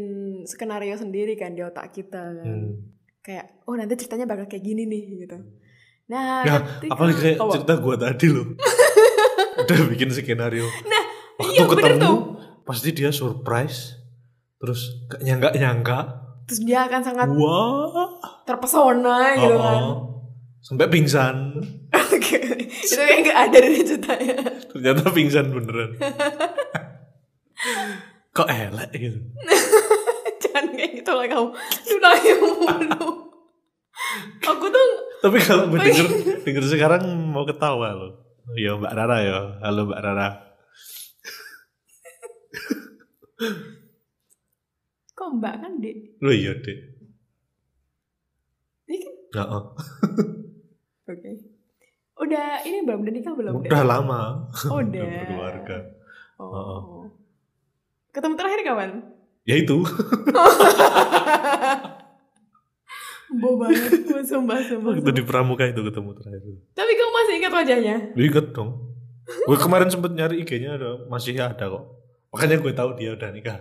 [SPEAKER 1] skenario sendiri kan di otak kita kan.
[SPEAKER 2] Hmm.
[SPEAKER 1] Kayak, oh nanti ceritanya bakal kayak gini nih gitu. Nah,
[SPEAKER 2] Nah,
[SPEAKER 1] ketika-
[SPEAKER 2] apalagi kayak
[SPEAKER 1] Apa?
[SPEAKER 2] cerita gua tadi
[SPEAKER 1] [LAUGHS]
[SPEAKER 2] loh. Udah bikin skenario.
[SPEAKER 1] Nah,
[SPEAKER 2] Waktu
[SPEAKER 1] iya bener
[SPEAKER 2] ketemu,
[SPEAKER 1] tuh.
[SPEAKER 2] pasti dia surprise. Terus gak nyangka-nyangka.
[SPEAKER 1] Terus dia akan sangat
[SPEAKER 2] Wah.
[SPEAKER 1] terpesona Kan. gitu
[SPEAKER 2] Oh,
[SPEAKER 1] kan. [LAUGHS]
[SPEAKER 2] oh. Sampai pingsan.
[SPEAKER 1] Oke, itu kayak gak ada dari ceritanya. [LAUGHS]
[SPEAKER 2] Ternyata pingsan beneran. Kok elek gitu.
[SPEAKER 1] Jangan kayak gitu lah kamu. Lu nanya mulu. [LAUGHS] Aku tuh
[SPEAKER 2] Tapi kalau gue denger, denger sekarang mau ketawa loh. Ya Mbak Rara ya. Halo Mbak Rara.
[SPEAKER 1] kok mbak kan dek
[SPEAKER 2] Lu iya deh.
[SPEAKER 1] ini kan
[SPEAKER 2] Nah, oh.
[SPEAKER 1] oke udah ini belum udah nikah belum Dek?
[SPEAKER 2] Udah lama.
[SPEAKER 1] Oh, udah.
[SPEAKER 2] Udah berkeluarga. Heeh.
[SPEAKER 1] oh. ketemu terakhir kapan
[SPEAKER 2] Ya itu.
[SPEAKER 1] Bo banget gue sumpah sumpah.
[SPEAKER 2] Waktu di pramuka itu ketemu terakhir.
[SPEAKER 1] Tapi kamu masih ingat wajahnya?
[SPEAKER 2] Lu Ingat dong. Gue kemarin sempet nyari IG-nya ada, masih ada kok. Makanya gue tahu dia udah nikah.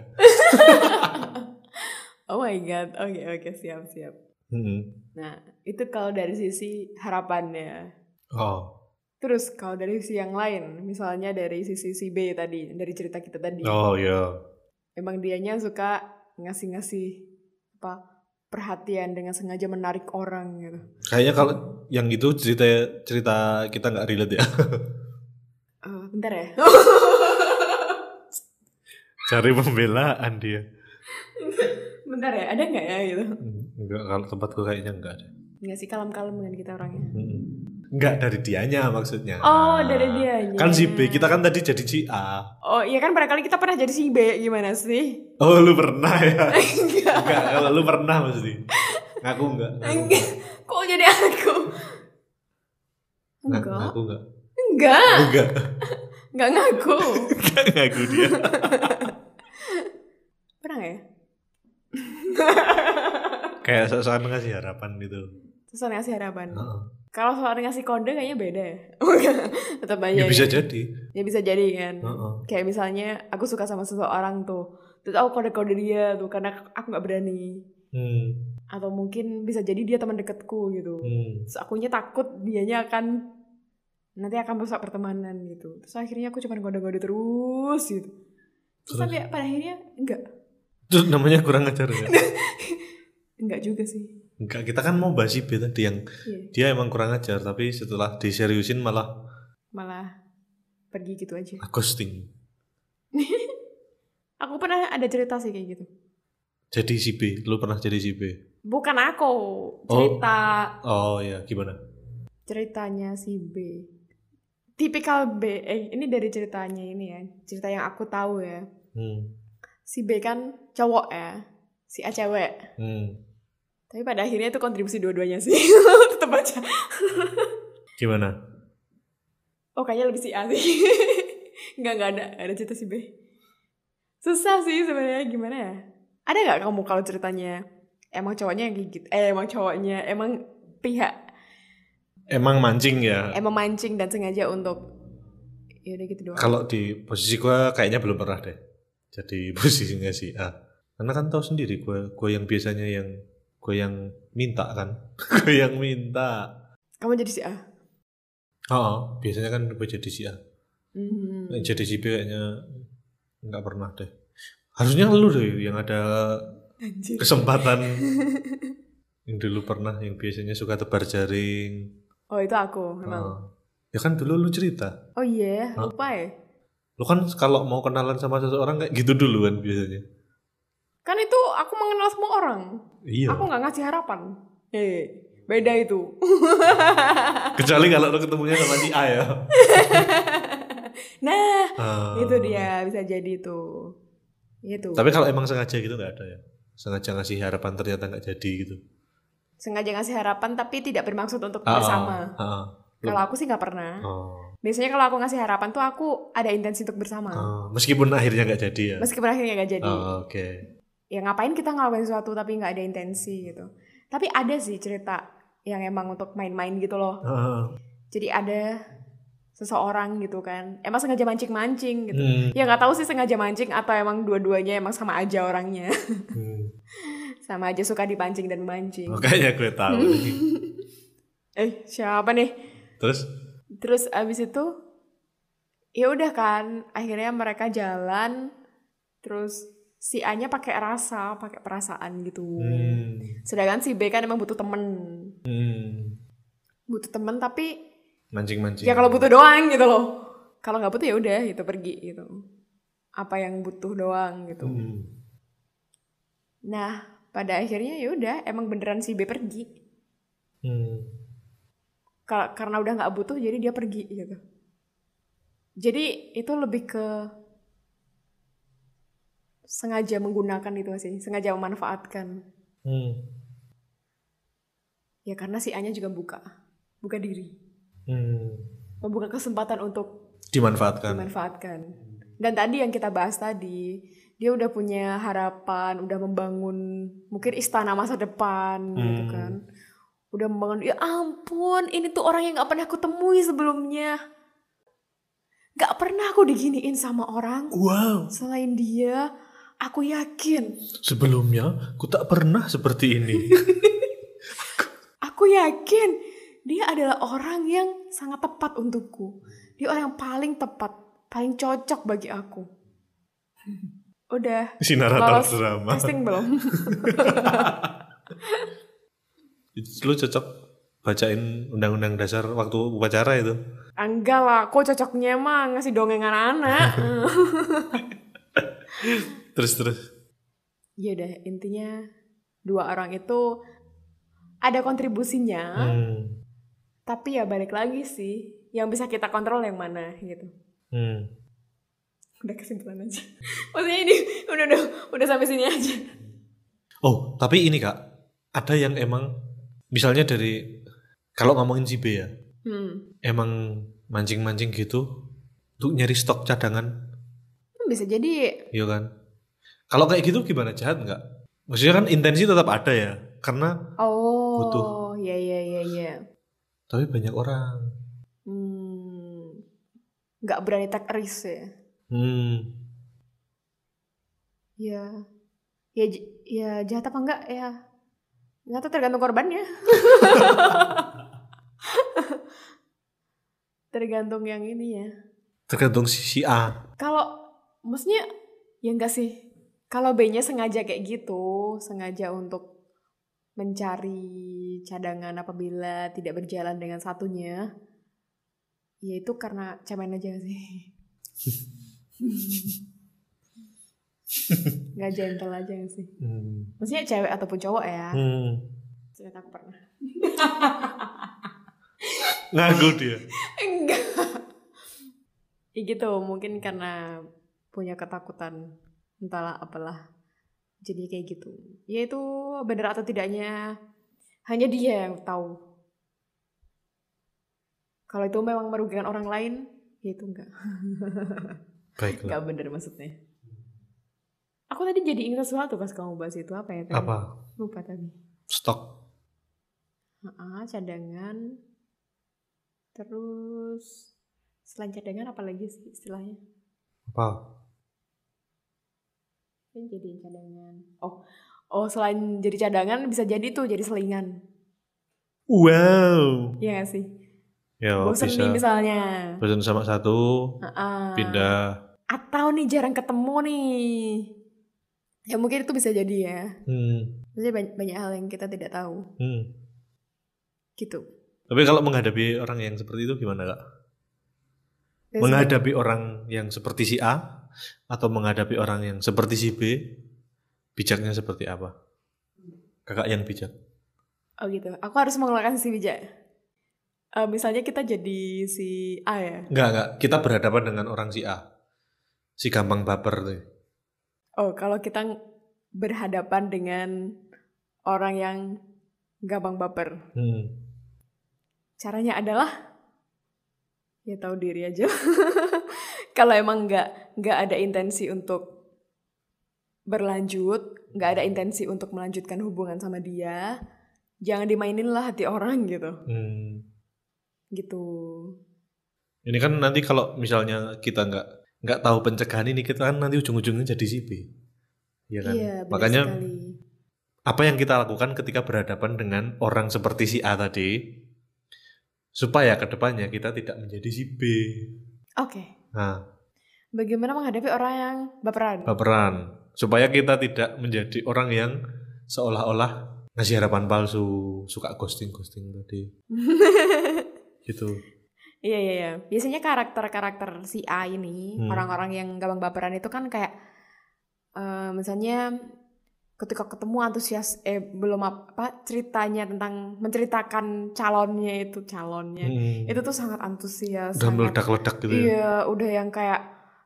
[SPEAKER 1] Oh my god. Oke oke siap siap.
[SPEAKER 2] Hmm.
[SPEAKER 1] Nah itu kalau dari sisi harapannya.
[SPEAKER 2] Oh,
[SPEAKER 1] Terus kalau dari sisi yang lain, misalnya dari sisi si B tadi, dari cerita kita tadi,
[SPEAKER 2] oh ya.
[SPEAKER 1] emang dianya suka ngasih-ngasih apa perhatian dengan sengaja menarik orang gitu.
[SPEAKER 2] Kayaknya kalau yang itu cerita cerita kita nggak relate ya.
[SPEAKER 1] Eh, bentar ya. [LAUGHS]
[SPEAKER 2] Cari pembelaan dia.
[SPEAKER 1] bentar ya, ada nggak ya gitu?
[SPEAKER 2] Hmm, Enggak, kalau tempat gue kayaknya enggak ada.
[SPEAKER 1] Ngasih kalem-kalem dengan kita orangnya.
[SPEAKER 2] Hmm. Enggak dari dianya maksudnya.
[SPEAKER 1] Oh, dari dianya.
[SPEAKER 2] Kan si B, kita kan tadi jadi si A.
[SPEAKER 1] Oh iya kan barangkali kita pernah jadi si B gimana sih? [LAUGHS]
[SPEAKER 2] Oh, lu pernah ya?
[SPEAKER 1] Enggak.
[SPEAKER 2] enggak, kalau lu pernah pasti. Ngaku enggak? Ngaku
[SPEAKER 1] Enggak. Kok jadi aku?
[SPEAKER 2] Enggak.
[SPEAKER 1] Enggak.
[SPEAKER 2] Ngaku enggak?
[SPEAKER 1] Enggak.
[SPEAKER 2] Enggak.
[SPEAKER 1] Enggak ngaku.
[SPEAKER 2] Enggak ngaku dia.
[SPEAKER 1] Pernah nggak ya?
[SPEAKER 2] Kayak sosokan ngasih harapan gitu.
[SPEAKER 1] Sesuatu yang ngasih harapan.
[SPEAKER 2] Heeh.
[SPEAKER 1] Kalau soal ngasih kode kayaknya beda ya. [LAUGHS] Enggak. Tetap aja.
[SPEAKER 2] Ya bisa
[SPEAKER 1] kan?
[SPEAKER 2] jadi.
[SPEAKER 1] Ya bisa jadi kan.
[SPEAKER 2] Heeh.
[SPEAKER 1] Kayak misalnya aku suka sama seseorang tuh. Terus aku kode-kode dia tuh karena aku nggak berani.
[SPEAKER 2] Hmm.
[SPEAKER 1] Atau mungkin bisa jadi dia teman deketku gitu.
[SPEAKER 2] Hmm.
[SPEAKER 1] Terus akunya takut dianya akan nanti akan merusak pertemanan gitu. Terus akhirnya aku cuma goda-goda terus gitu. Terus
[SPEAKER 2] Terus?
[SPEAKER 1] sampai pada akhirnya enggak,
[SPEAKER 2] Terus namanya kurang ajar ya?
[SPEAKER 1] enggak juga sih.
[SPEAKER 2] Enggak, kita kan mau bahas si B tadi yang
[SPEAKER 1] Iya,
[SPEAKER 2] dia emang kurang ajar tapi setelah diseriusin malah
[SPEAKER 1] malah pergi gitu aja.
[SPEAKER 2] ghosting.
[SPEAKER 1] Aku pernah ada cerita sih kayak gitu.
[SPEAKER 2] Jadi si B, lu pernah jadi si B.
[SPEAKER 1] Bukan aku, cerita
[SPEAKER 2] Oh ya, gimana?
[SPEAKER 1] ceritanya si B. Tipikal B, eh, ini dari ceritanya ini ya, cerita yang aku tahu ya.
[SPEAKER 2] Hmm.
[SPEAKER 1] Si B kan cowok ya, si A cewek.
[SPEAKER 2] Hmm.
[SPEAKER 1] Tapi pada akhirnya itu kontribusi dua-duanya sih. [LAUGHS] Tetep aja.
[SPEAKER 2] Gimana?
[SPEAKER 1] Oh kayaknya lebih si A sih. [LAUGHS] Enggak, enggak ada. Nggak ada cerita si B. Susah sih sebenarnya gimana ya. Ada nggak kamu kalau ceritanya emang cowoknya yang gigit? Eh emang cowoknya, emang pihak,
[SPEAKER 2] Emang mancing ya?
[SPEAKER 1] emang mancing dan sengaja untuk... Ya udah gitu doang.
[SPEAKER 2] Kalau di posisi gue kayaknya belum pernah deh. Jadi [LAUGHS] posisinya si A. Karena kan tahu sendiri gue, gue yang biasanya yang gue yang minta kan, [LAUGHS] gue yang minta.
[SPEAKER 1] Kamu jadi si A?
[SPEAKER 2] Oh, biasanya kan gue jadi si A.
[SPEAKER 1] Hmm.
[SPEAKER 2] Nah, Jadi si B kayaknya nggak pernah deh. Harusnya lu deh yang ada
[SPEAKER 1] Anjir.
[SPEAKER 2] kesempatan yang dulu pernah yang biasanya suka tebar jaring.
[SPEAKER 1] Oh itu aku memang.
[SPEAKER 2] Ah. Ya kan dulu lu cerita.
[SPEAKER 1] Oh iya,
[SPEAKER 2] Ah.
[SPEAKER 1] lupa ya.
[SPEAKER 2] Lu kan kalau mau kenalan sama seseorang kayak gitu dulu kan biasanya.
[SPEAKER 1] Kan itu aku mengenal semua orang.
[SPEAKER 2] Iya.
[SPEAKER 1] Aku nggak ngasih harapan. Eh, beda itu. [LAUGHS]
[SPEAKER 2] Kecuali kalau lu ketemunya sama si A ya.
[SPEAKER 1] Nah,
[SPEAKER 2] Ah.
[SPEAKER 1] itu dia bisa jadi Iya tuh itu
[SPEAKER 2] Tapi kalau emang sengaja gitu nggak ada ya. Sengaja ngasih harapan ternyata nggak jadi gitu.
[SPEAKER 1] sengaja ngasih harapan tapi tidak bermaksud untuk
[SPEAKER 2] Ah,
[SPEAKER 1] bersama
[SPEAKER 2] ah, ah.
[SPEAKER 1] kalau aku sih nggak pernah
[SPEAKER 2] Oh.
[SPEAKER 1] biasanya kalau aku ngasih harapan tuh aku ada intensi untuk bersama
[SPEAKER 2] Ah, Meskipun akhirnya nggak jadi ya.
[SPEAKER 1] meskipun akhirnya nggak jadi
[SPEAKER 2] Ah, Oke.
[SPEAKER 1] ya ngapain kita ngelakuin sesuatu tapi nggak ada intensi gitu tapi ada sih cerita yang emang untuk main-main gitu loh
[SPEAKER 2] Ah.
[SPEAKER 1] jadi ada seseorang gitu kan emang sengaja mancing-mancing gitu
[SPEAKER 2] Hmm.
[SPEAKER 1] ya nggak tahu sih sengaja mancing atau emang dua-duanya emang sama aja orangnya [LAUGHS]
[SPEAKER 2] Hmm.
[SPEAKER 1] sama aja suka dipancing dan memancing
[SPEAKER 2] Makanya gue tahu.
[SPEAKER 1] Hmm.
[SPEAKER 2] nih.
[SPEAKER 1] eh siapa nih
[SPEAKER 2] Terus
[SPEAKER 1] Terus abis itu ya udah kan akhirnya mereka jalan terus si A-nya pakai rasa, pakai perasaan gitu.
[SPEAKER 2] hmm.
[SPEAKER 1] Sedangkan si B kan emang butuh temen
[SPEAKER 2] Hmm.
[SPEAKER 1] butuh temen tapi
[SPEAKER 2] mancing-mancing.
[SPEAKER 1] ya kalau butuh doang gitu loh. Kalau nggak butuh ya udah gitu pergi gitu. Apa yang butuh doang gitu.
[SPEAKER 2] Hmm.
[SPEAKER 1] Nah, pada akhirnya ya udah emang beneran si B pergi.
[SPEAKER 2] Hmm.
[SPEAKER 1] Kar- karena udah nggak butuh jadi dia pergi gitu jadi itu lebih ke sengaja menggunakan itu sih sengaja memanfaatkan
[SPEAKER 2] Hmm.
[SPEAKER 1] ya karena si A-nya juga buka buka diri
[SPEAKER 2] Hmm.
[SPEAKER 1] membuka kesempatan untuk
[SPEAKER 2] Dimanfaatkan.
[SPEAKER 1] dimanfaatkan Dan tadi yang kita bahas tadi, dia udah punya harapan, udah membangun mungkin istana masa depan gitu
[SPEAKER 2] Hmm.
[SPEAKER 1] kan. Udah membangun, ya ampun, ini tuh orang yang gak pernah aku temui sebelumnya. Gak pernah aku diginiin sama orang
[SPEAKER 2] Wow,
[SPEAKER 1] selain dia. Aku yakin,
[SPEAKER 2] sebelumnya ku tak pernah seperti
[SPEAKER 1] [LAUGHS]
[SPEAKER 2] ini.
[SPEAKER 1] aku yakin dia adalah orang yang sangat tepat untukku. Dia orang yang paling tepat, paling cocok bagi aku. [LAUGHS] Udah,
[SPEAKER 2] Si narator
[SPEAKER 1] Lolos.
[SPEAKER 2] drama.
[SPEAKER 1] Casting belum? [LAUGHS]
[SPEAKER 2] Lu cocok bacain undang-undang dasar waktu upacara itu.
[SPEAKER 1] Enggak lah, kok cocoknya mah ngasih dongeng
[SPEAKER 2] [LAUGHS]
[SPEAKER 1] anak-anak.
[SPEAKER 2] Terus terus.
[SPEAKER 1] ya udah, intinya dua orang itu ada kontribusinya,
[SPEAKER 2] Hmm.
[SPEAKER 1] tapi ya balik lagi sih, yang bisa kita kontrol yang mana gitu.
[SPEAKER 2] Hmm.
[SPEAKER 1] Udah kesimpulan aja. [LAUGHS] Maksudnya ini udah udah udah sampai sini aja.
[SPEAKER 2] Oh, tapi ini kak, ada yang emang misalnya dari kalau ngomongin si B ya,
[SPEAKER 1] Hmm.
[SPEAKER 2] emang mancing-mancing gitu untuk nyari stok cadangan,
[SPEAKER 1] Kan Bisa jadi
[SPEAKER 2] iya kan? Kalau kayak gitu gimana jahat nggak? Maksudnya kan intensi tetap ada ya, karena
[SPEAKER 1] oh
[SPEAKER 2] Butuh.
[SPEAKER 1] ya ya ya ya.
[SPEAKER 2] tapi banyak orang.
[SPEAKER 1] Hmm. Nggak berani take risk ya.
[SPEAKER 2] Hmm,
[SPEAKER 1] Ya. Ya j- ya jahat apa enggak ya? Enggak tahu tergantung korbannya. [LAUGHS] tergantung yang ini ya.
[SPEAKER 2] tergantung sisi A.
[SPEAKER 1] Kalau maksudnya ya enggak sih. Kalau B-nya sengaja kayak gitu, sengaja untuk mencari cadangan apabila tidak berjalan dengan satunya. Ya itu karena cemen aja nggak sih. Nggak gentle aja nggak sih.
[SPEAKER 2] Hmm.
[SPEAKER 1] Maksudnya cewek ataupun cowok ya.
[SPEAKER 2] Hmm.
[SPEAKER 1] Ternyata aku pernah. [LAUGHS]
[SPEAKER 2] Ngaku dia.
[SPEAKER 1] Enggak. ya gitu, mungkin karena punya ketakutan entahlah apalah. Jadi kayak gitu. Ya itu benar atau tidaknya hanya dia yang tahu. Kalau itu memang merugikan orang lain, ya itu enggak.
[SPEAKER 2] Baiklah.
[SPEAKER 1] Enggak bener maksudnya. Aku tadi jadi ingat sesuatu pas kamu bahas itu apa ya? tadi?
[SPEAKER 2] Apa?
[SPEAKER 1] Lupa tadi.
[SPEAKER 2] Stok.
[SPEAKER 1] Ah, cadangan. Terus selain cadangan apa lagi sih istilahnya?
[SPEAKER 2] Apa?
[SPEAKER 1] Kan jadi cadangan. Oh, oh selain jadi cadangan bisa jadi tuh jadi selingan.
[SPEAKER 2] Wow.
[SPEAKER 1] Iya gak sih?
[SPEAKER 2] Ya
[SPEAKER 1] Bosen
[SPEAKER 2] bisa.
[SPEAKER 1] nih misalnya.
[SPEAKER 2] Bosen sama satu,
[SPEAKER 1] Ah, ah.
[SPEAKER 2] pindah.
[SPEAKER 1] Atau nih jarang ketemu nih. Ya mungkin itu bisa jadi ya.
[SPEAKER 2] Hmm.
[SPEAKER 1] Maksudnya banyak, banyak hal yang kita tidak tahu.
[SPEAKER 2] Hmm.
[SPEAKER 1] Gitu.
[SPEAKER 2] Tapi kalau menghadapi orang yang seperti itu gimana kak?
[SPEAKER 1] Ya,
[SPEAKER 2] menghadapi orang yang seperti si A atau menghadapi orang yang seperti si B, bijaknya seperti apa? Kakak yang bijak.
[SPEAKER 1] Oh gitu. Aku harus mengeluarkan si bijak. Eh, misalnya kita jadi si A ya.
[SPEAKER 2] Enggak enggak, kita berhadapan dengan orang si A, si gampang baper tuh.
[SPEAKER 1] Oh, kalau kita ng- berhadapan dengan orang yang gampang baper,
[SPEAKER 2] Hmm.
[SPEAKER 1] caranya adalah ya tahu diri aja. [LAUGHS] kalau emang nggak nggak ada intensi untuk berlanjut, nggak ada intensi untuk melanjutkan hubungan sama dia, jangan dimainin lah hati orang gitu,
[SPEAKER 2] Hmm.
[SPEAKER 1] gitu.
[SPEAKER 2] Ini kan nanti kalau misalnya kita nggak nggak tahu pencegahan ini kita kan nanti ujung-ujungnya jadi si B. Iya kan?
[SPEAKER 1] Iya, benar
[SPEAKER 2] Makanya
[SPEAKER 1] sekali.
[SPEAKER 2] apa yang kita lakukan ketika berhadapan dengan orang seperti si A tadi supaya kedepannya kita tidak menjadi si B.
[SPEAKER 1] Oke,
[SPEAKER 2] Nah,
[SPEAKER 1] bagaimana menghadapi orang yang baperan?
[SPEAKER 2] baperan supaya kita tidak menjadi orang yang seolah-olah ngasih harapan palsu, suka ghosting-ghosting
[SPEAKER 1] [LAUGHS]
[SPEAKER 2] tadi gitu.
[SPEAKER 1] Iya iya iya. Biasanya karakter-karakter si A ini,
[SPEAKER 2] Hmm.
[SPEAKER 1] orang-orang yang gampang baperan itu kan kayak eh, misalnya ketika ketemu antusias eh belum apa ceritanya tentang menceritakan calonnya itu calonnya.
[SPEAKER 2] Hmm.
[SPEAKER 1] Iya. Itu tuh sangat antusias.
[SPEAKER 2] udah
[SPEAKER 1] sangat-
[SPEAKER 2] meledak-ledak gitu. ya.
[SPEAKER 1] Iya, udah yang kayak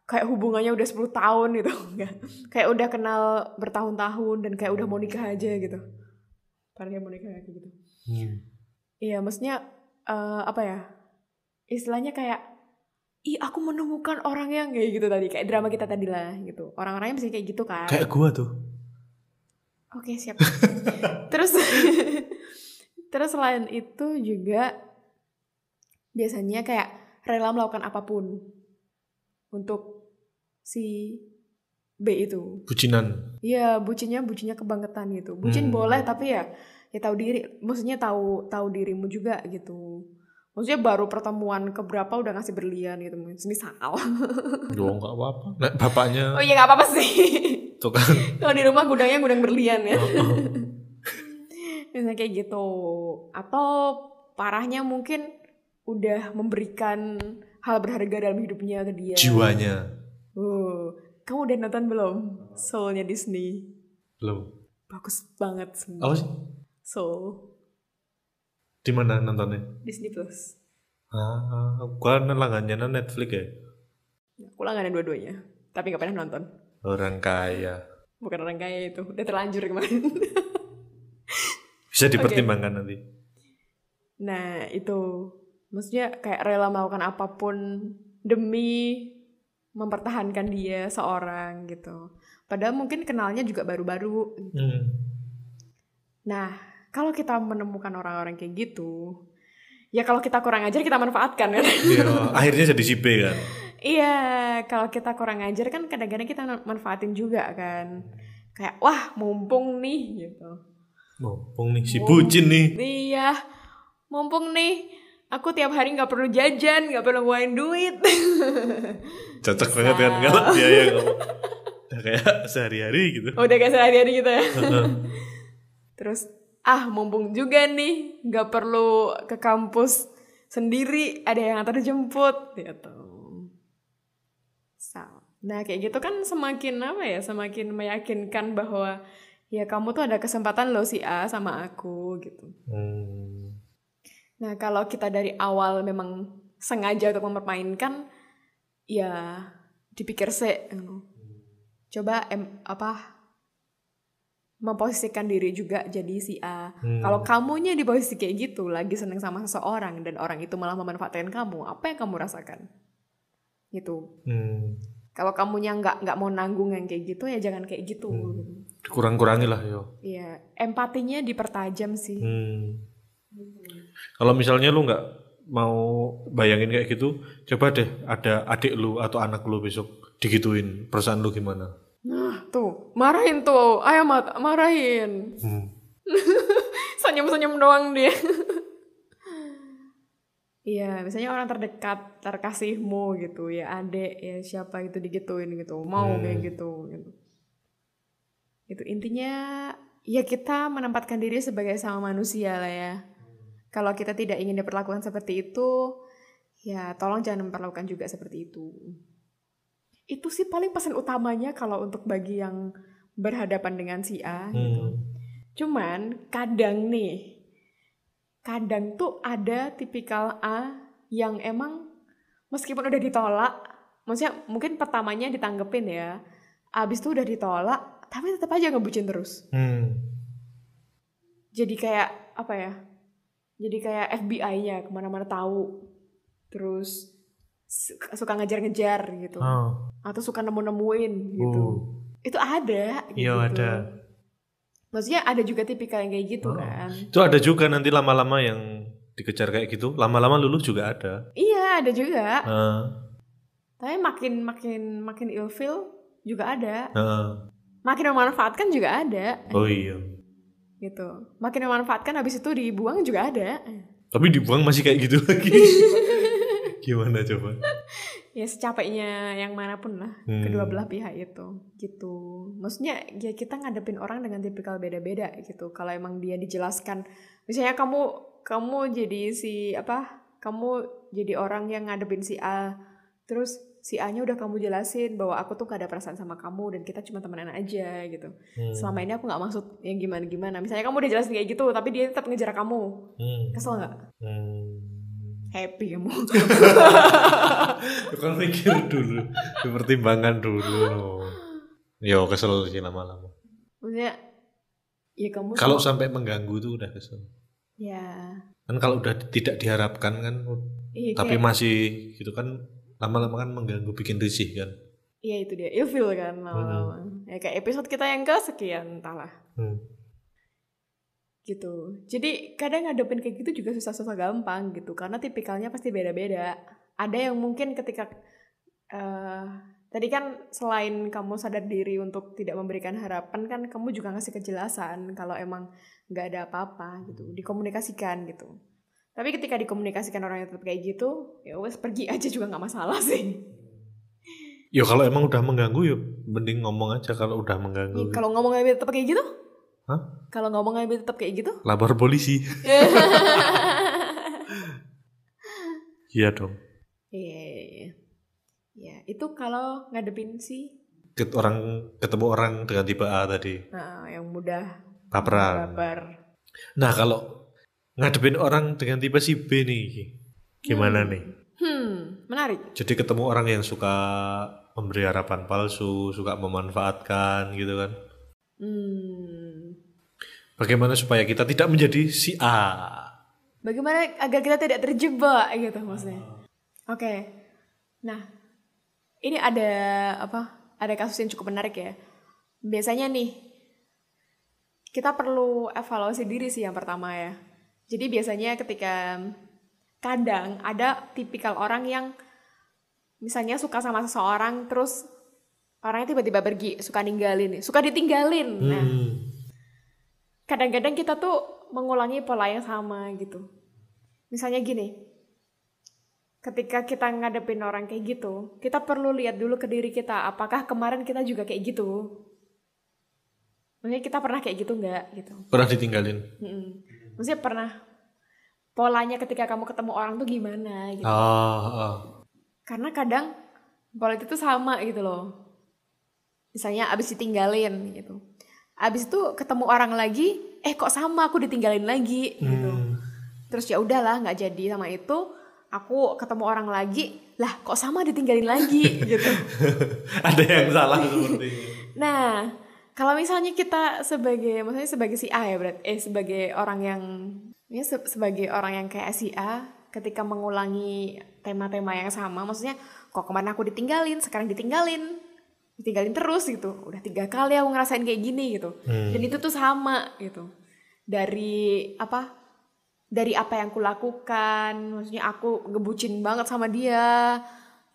[SPEAKER 1] kayak hubungannya udah 10 tahun gitu [LAUGHS] enggak. Kayak udah kenal bertahun-tahun dan kayak udah mau nikah aja gitu. Padahal kayak mau nikah kayak gitu.
[SPEAKER 2] Hmm.
[SPEAKER 1] Iya, maksudnya eh, apa ya? Istilahnya kayak ih aku menemukan orang yang kayak gitu tadi kayak drama kita tadi lah gitu orang-orangnya bisa kayak gitu kan
[SPEAKER 2] kayak gua tuh
[SPEAKER 1] oke siap [LAUGHS] terus [LAUGHS] terus selain itu juga biasanya kayak rela melakukan apapun untuk si B itu
[SPEAKER 2] bucinan
[SPEAKER 1] Iya, bucinnya bucinnya kebangetan gitu. Bucin
[SPEAKER 2] Hmm.
[SPEAKER 1] boleh tapi ya ya tahu diri, maksudnya tahu tahu dirimu juga gitu. Maksudnya baru pertemuan keberapa udah ngasih berlian gitu. Ini
[SPEAKER 2] Hmm.
[SPEAKER 1] salah.
[SPEAKER 2] doang nggak apa apa nah, bapaknya
[SPEAKER 1] Oh iya nggak apa-apa sih.
[SPEAKER 2] tuh kan
[SPEAKER 1] [LAUGHS] Kalau di rumah gudangnya gudang berlian ya. [LAUGHS]
[SPEAKER 2] Oh, oh.
[SPEAKER 1] Misalnya kayak gitu. Atau parahnya mungkin udah memberikan hal berharga dalam hidupnya ke dia.
[SPEAKER 2] jiwanya
[SPEAKER 1] Oh, kamu udah nonton belum? Soulnya Disney.
[SPEAKER 2] belum
[SPEAKER 1] Bagus banget sih.
[SPEAKER 2] apa sih
[SPEAKER 1] Soul.
[SPEAKER 2] di mana nontonnya
[SPEAKER 1] Disney Plus.
[SPEAKER 2] ah gua langganannya Netflix ya
[SPEAKER 1] Aku langganan dua-duanya, tapi nggak pernah nonton.
[SPEAKER 2] orang kaya
[SPEAKER 1] Bukan orang kaya itu, udah terlanjur kemarin. [LAUGHS]
[SPEAKER 2] bisa dipertimbangkan nanti
[SPEAKER 1] nah itu, maksudnya kayak rela melakukan apapun demi mempertahankan dia seorang gitu. Padahal mungkin kenalnya juga baru-baru.
[SPEAKER 2] hmm.
[SPEAKER 1] Nah, kalau kita menemukan orang-orang kayak gitu, ya kalau kita kurang ajar kita manfaatkan kan. [LAUGHS]
[SPEAKER 2] Iya, akhirnya jadi si B kan
[SPEAKER 1] Iya, kalau kita kurang ajar kan kadang-kadang kita manfaatin juga kan. Kayak wah mumpung nih gitu.
[SPEAKER 2] mumpung nih si bucin nih
[SPEAKER 1] Iya, mumpung nih aku tiap hari nggak perlu jajan, nggak perlu ngeluarin duit. [LAUGHS]
[SPEAKER 2] cocok banget kan kalau dia yang ngomong udah kayak sehari-hari gitu
[SPEAKER 1] Udah kayak sehari-hari gitu ya.
[SPEAKER 2] Heeh.
[SPEAKER 1] Terus ah mumpung juga nih nggak perlu ke kampus sendiri, ada yang antar jemput gitu. So, nah kayak gitu kan semakin apa ya, semakin meyakinkan bahwa ya kamu tuh ada kesempatan loh si A sama aku gitu.
[SPEAKER 2] Hmm.
[SPEAKER 1] Nah, kalau kita dari awal memang sengaja untuk mempermainkan, ya dipikir se, anu. coba em, apa memposisikan diri juga jadi si A.
[SPEAKER 2] Hmm.
[SPEAKER 1] Kalau kamunya di posisi kayak gitu, lagi seneng sama seseorang dan orang itu malah memanfaatkan kamu, apa yang kamu rasakan? Gitu.
[SPEAKER 2] Hmm.
[SPEAKER 1] Kalau kamunya nggak nggak mau nanggung yang kayak gitu ya jangan kayak gitu.
[SPEAKER 2] Hmm. dikurang-kurangi lah yo
[SPEAKER 1] Iya, empatinya dipertajam sih.
[SPEAKER 2] Hmm. Kalau misalnya lu nggak mau bayangin kayak gitu, coba deh ada adik lu atau anak lu besok digituin perasaan lu gimana?
[SPEAKER 1] Nah, tuh, marahin tuh. Ayo Mat, marahin.
[SPEAKER 2] Hmm.
[SPEAKER 1] [LAUGHS] senyum-senyum doang dia. Iya, misalnya orang terdekat, terkasihmu gitu ya, adek ya siapa gitu digituin gitu, mau
[SPEAKER 2] Hmm.
[SPEAKER 1] kayak gitu, gitu. Itu intinya ya kita menempatkan diri sebagai sama manusia lah ya. Kalau kita tidak ingin diperlakukan seperti itu, ya tolong jangan memperlakukan juga seperti itu. Itu sih paling pesan utamanya kalau untuk bagi yang berhadapan dengan si A gitu.
[SPEAKER 2] Hmm.
[SPEAKER 1] Cuman kadang nih, kadang tuh ada tipikal A yang emang meskipun udah ditolak, maksudnya mungkin pertamanya ditanggepin ya, abis itu udah ditolak, tapi tetap aja ngebucin terus.
[SPEAKER 2] Hmm.
[SPEAKER 1] Jadi kayak apa ya? Jadi kayak FBI-nya kemana-mana tahu, terus suka suka ngejar-ngejar gitu,
[SPEAKER 2] Oh.
[SPEAKER 1] atau suka nemu-nemuin gitu.
[SPEAKER 2] Oh.
[SPEAKER 1] Itu ada. gitu.
[SPEAKER 2] Iya, ada.
[SPEAKER 1] Maksudnya ada juga tipikal yang kayak gitu
[SPEAKER 2] Oh.
[SPEAKER 1] kan.
[SPEAKER 2] Itu ada juga nanti lama-lama yang dikejar kayak gitu, lama-lama lulu juga ada.
[SPEAKER 1] Iya, ada juga.
[SPEAKER 2] Nah,
[SPEAKER 1] Tapi makin makin makin ilfil juga ada.
[SPEAKER 2] nah.
[SPEAKER 1] Makin memanfaatkan juga ada.
[SPEAKER 2] Oh iya.
[SPEAKER 1] Gitu. Makin memanfaatkan habis itu dibuang juga ada.
[SPEAKER 2] Tapi dibuang masih kayak gitu lagi.
[SPEAKER 1] [LAUGHS]
[SPEAKER 2] gimana coba?
[SPEAKER 1] Ya secapeknya yang manapun lah
[SPEAKER 2] Hmm.
[SPEAKER 1] kedua belah pihak itu. Gitu. Maksudnya ya kita ngadepin orang dengan tipikal beda-beda gitu. Kalau emang dia dijelaskan misalnya kamu kamu jadi si apa? Kamu jadi orang yang ngadepin si A terus si A-nya udah kamu jelasin bahwa aku tuh gak ada perasaan sama kamu dan kita cuma temenan aja gitu.
[SPEAKER 2] Hmm.
[SPEAKER 1] selama ini aku nggak maksud yang gimana gimana misalnya kamu udah jelasin kayak gitu tapi dia tetap ngejar kamu
[SPEAKER 2] Hmm.
[SPEAKER 1] kesel nggak
[SPEAKER 2] Hmm.
[SPEAKER 1] happy kamu
[SPEAKER 2] Bukan mikir dulu, dipertimbangkan dulu. Yo kesel sih lama-lama.
[SPEAKER 1] maksudnya ya kamu
[SPEAKER 2] Kalau sampai mengganggu tuh udah kesel.
[SPEAKER 1] ya
[SPEAKER 2] Kan kalau udah tidak diharapkan kan,
[SPEAKER 1] iya,
[SPEAKER 2] tapi
[SPEAKER 1] kayak-
[SPEAKER 2] masih gitu kan lama-lama kan mengganggu bikin risih kan
[SPEAKER 1] Iya itu dia ilfil kan lama-lama. Ya kayak episode kita yang kesekian entahlah
[SPEAKER 2] Hmm.
[SPEAKER 1] gitu. Jadi kadang ngadepin kayak gitu juga susah-susah gampang gitu karena tipikalnya pasti beda-beda. Ada yang mungkin ketika eh tadi kan selain kamu sadar diri untuk tidak memberikan harapan kan kamu juga ngasih kejelasan kalau emang nggak ada apa-apa gitu dikomunikasikan gitu. Tapi ketika dikomunikasikan orang yang tetap kayak gitu, ya wes pergi aja juga nggak masalah sih.
[SPEAKER 2] Ya kalau emang udah mengganggu ya mending ngomong aja kalau udah mengganggu.
[SPEAKER 1] Ih, Iya, Kalau ngomongnya tetap kayak gitu?
[SPEAKER 2] Hah?
[SPEAKER 1] Kalau ngomongnya tetap kayak gitu?
[SPEAKER 2] Lapor polisi. Iya dong.
[SPEAKER 1] Iya, iya, iya. Ya, itu kalau ngadepin sih
[SPEAKER 2] Ket orang ketemu orang dengan tipe A tadi,
[SPEAKER 1] nah, yang mudah
[SPEAKER 2] baperan.
[SPEAKER 1] baper.
[SPEAKER 2] Nah, kalau ngadepin orang dengan tipe si B nih gimana
[SPEAKER 1] Hmm.
[SPEAKER 2] nih?
[SPEAKER 1] Hmm, menarik.
[SPEAKER 2] Jadi ketemu orang yang suka memberi harapan palsu, suka memanfaatkan gitu kan.
[SPEAKER 1] Hmm.
[SPEAKER 2] Bagaimana supaya kita tidak menjadi si A?
[SPEAKER 1] Bagaimana agar kita tidak terjebak gitu maksudnya? Oke. Nah, ini ada apa? Ada kasus yang cukup menarik ya. Biasanya nih kita perlu evaluasi diri sih yang pertama ya. Jadi biasanya ketika kadang ada tipikal orang yang misalnya suka sama seseorang terus orangnya tiba-tiba pergi, suka ninggalin, suka ditinggalin. Nah,
[SPEAKER 2] Hmm.
[SPEAKER 1] kadang-kadang kita tuh mengulangi pola yang sama gitu. Misalnya gini, ketika kita ngadepin orang kayak gitu, kita perlu lihat dulu ke diri kita, apakah kemarin kita juga kayak gitu? Maksudnya kita pernah kayak gitu nggak gitu?
[SPEAKER 2] Pernah ditinggalin?
[SPEAKER 1] Mm-mm. Maksudnya pernah polanya ketika kamu ketemu orang tuh gimana gitu?
[SPEAKER 2] Ah, ah. [LAUGHS]
[SPEAKER 1] Karena kadang pola itu tuh sama gitu loh. Misalnya abis ditinggalin gitu. Abis itu ketemu orang lagi, eh kok sama aku ditinggalin lagi gitu.
[SPEAKER 2] Hmm.
[SPEAKER 1] Terus ya udahlah nggak jadi sama itu. Aku ketemu orang lagi, lah kok sama ditinggalin lagi [LAUGHS] gitu.
[SPEAKER 2] Ada yang salah seperti ini.
[SPEAKER 1] Nah, kalau misalnya kita sebagai maksudnya sebagai si A ya berarti eh sebagai orang yang ya se- sebagai orang yang kayak si A ketika mengulangi tema-tema yang sama maksudnya kok kemana aku ditinggalin sekarang ditinggalin ditinggalin terus gitu udah tiga kali aku ngerasain kayak gini gitu
[SPEAKER 2] Hmm.
[SPEAKER 1] dan itu tuh sama gitu dari apa dari apa yang kulakukan maksudnya aku ngebucin banget sama dia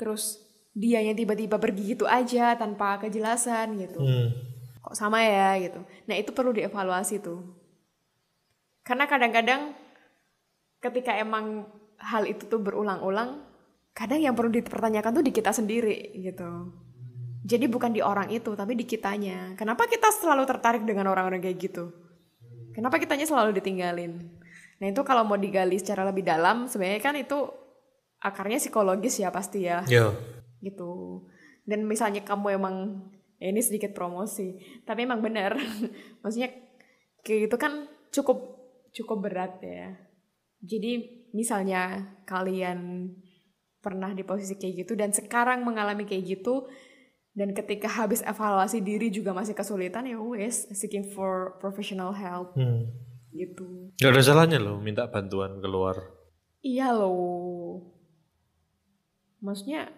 [SPEAKER 1] terus dia yang tiba-tiba pergi gitu aja tanpa kejelasan gitu
[SPEAKER 2] Hmm.
[SPEAKER 1] kok sama ya gitu. Nah itu perlu dievaluasi tuh. Karena kadang-kadang ketika emang hal itu tuh berulang-ulang, kadang yang perlu dipertanyakan tuh di kita sendiri gitu. Jadi bukan di orang itu, tapi di kitanya. Kenapa kita selalu tertarik dengan orang-orang kayak gitu? Kenapa kitanya selalu ditinggalin? Nah itu kalau mau digali secara lebih dalam, sebenarnya kan itu akarnya psikologis ya pasti ya
[SPEAKER 2] Ya.
[SPEAKER 1] gitu dan misalnya kamu emang ya ini sedikit promosi tapi emang benar [LAUGHS] maksudnya kayak gitu kan cukup cukup berat ya jadi misalnya kalian pernah di posisi kayak gitu dan sekarang mengalami kayak gitu dan ketika habis evaluasi diri juga masih kesulitan ya wes seeking for professional help
[SPEAKER 2] Hmm.
[SPEAKER 1] gitu
[SPEAKER 2] Gak ada salahnya loh minta bantuan keluar.
[SPEAKER 1] Iya loh. Maksudnya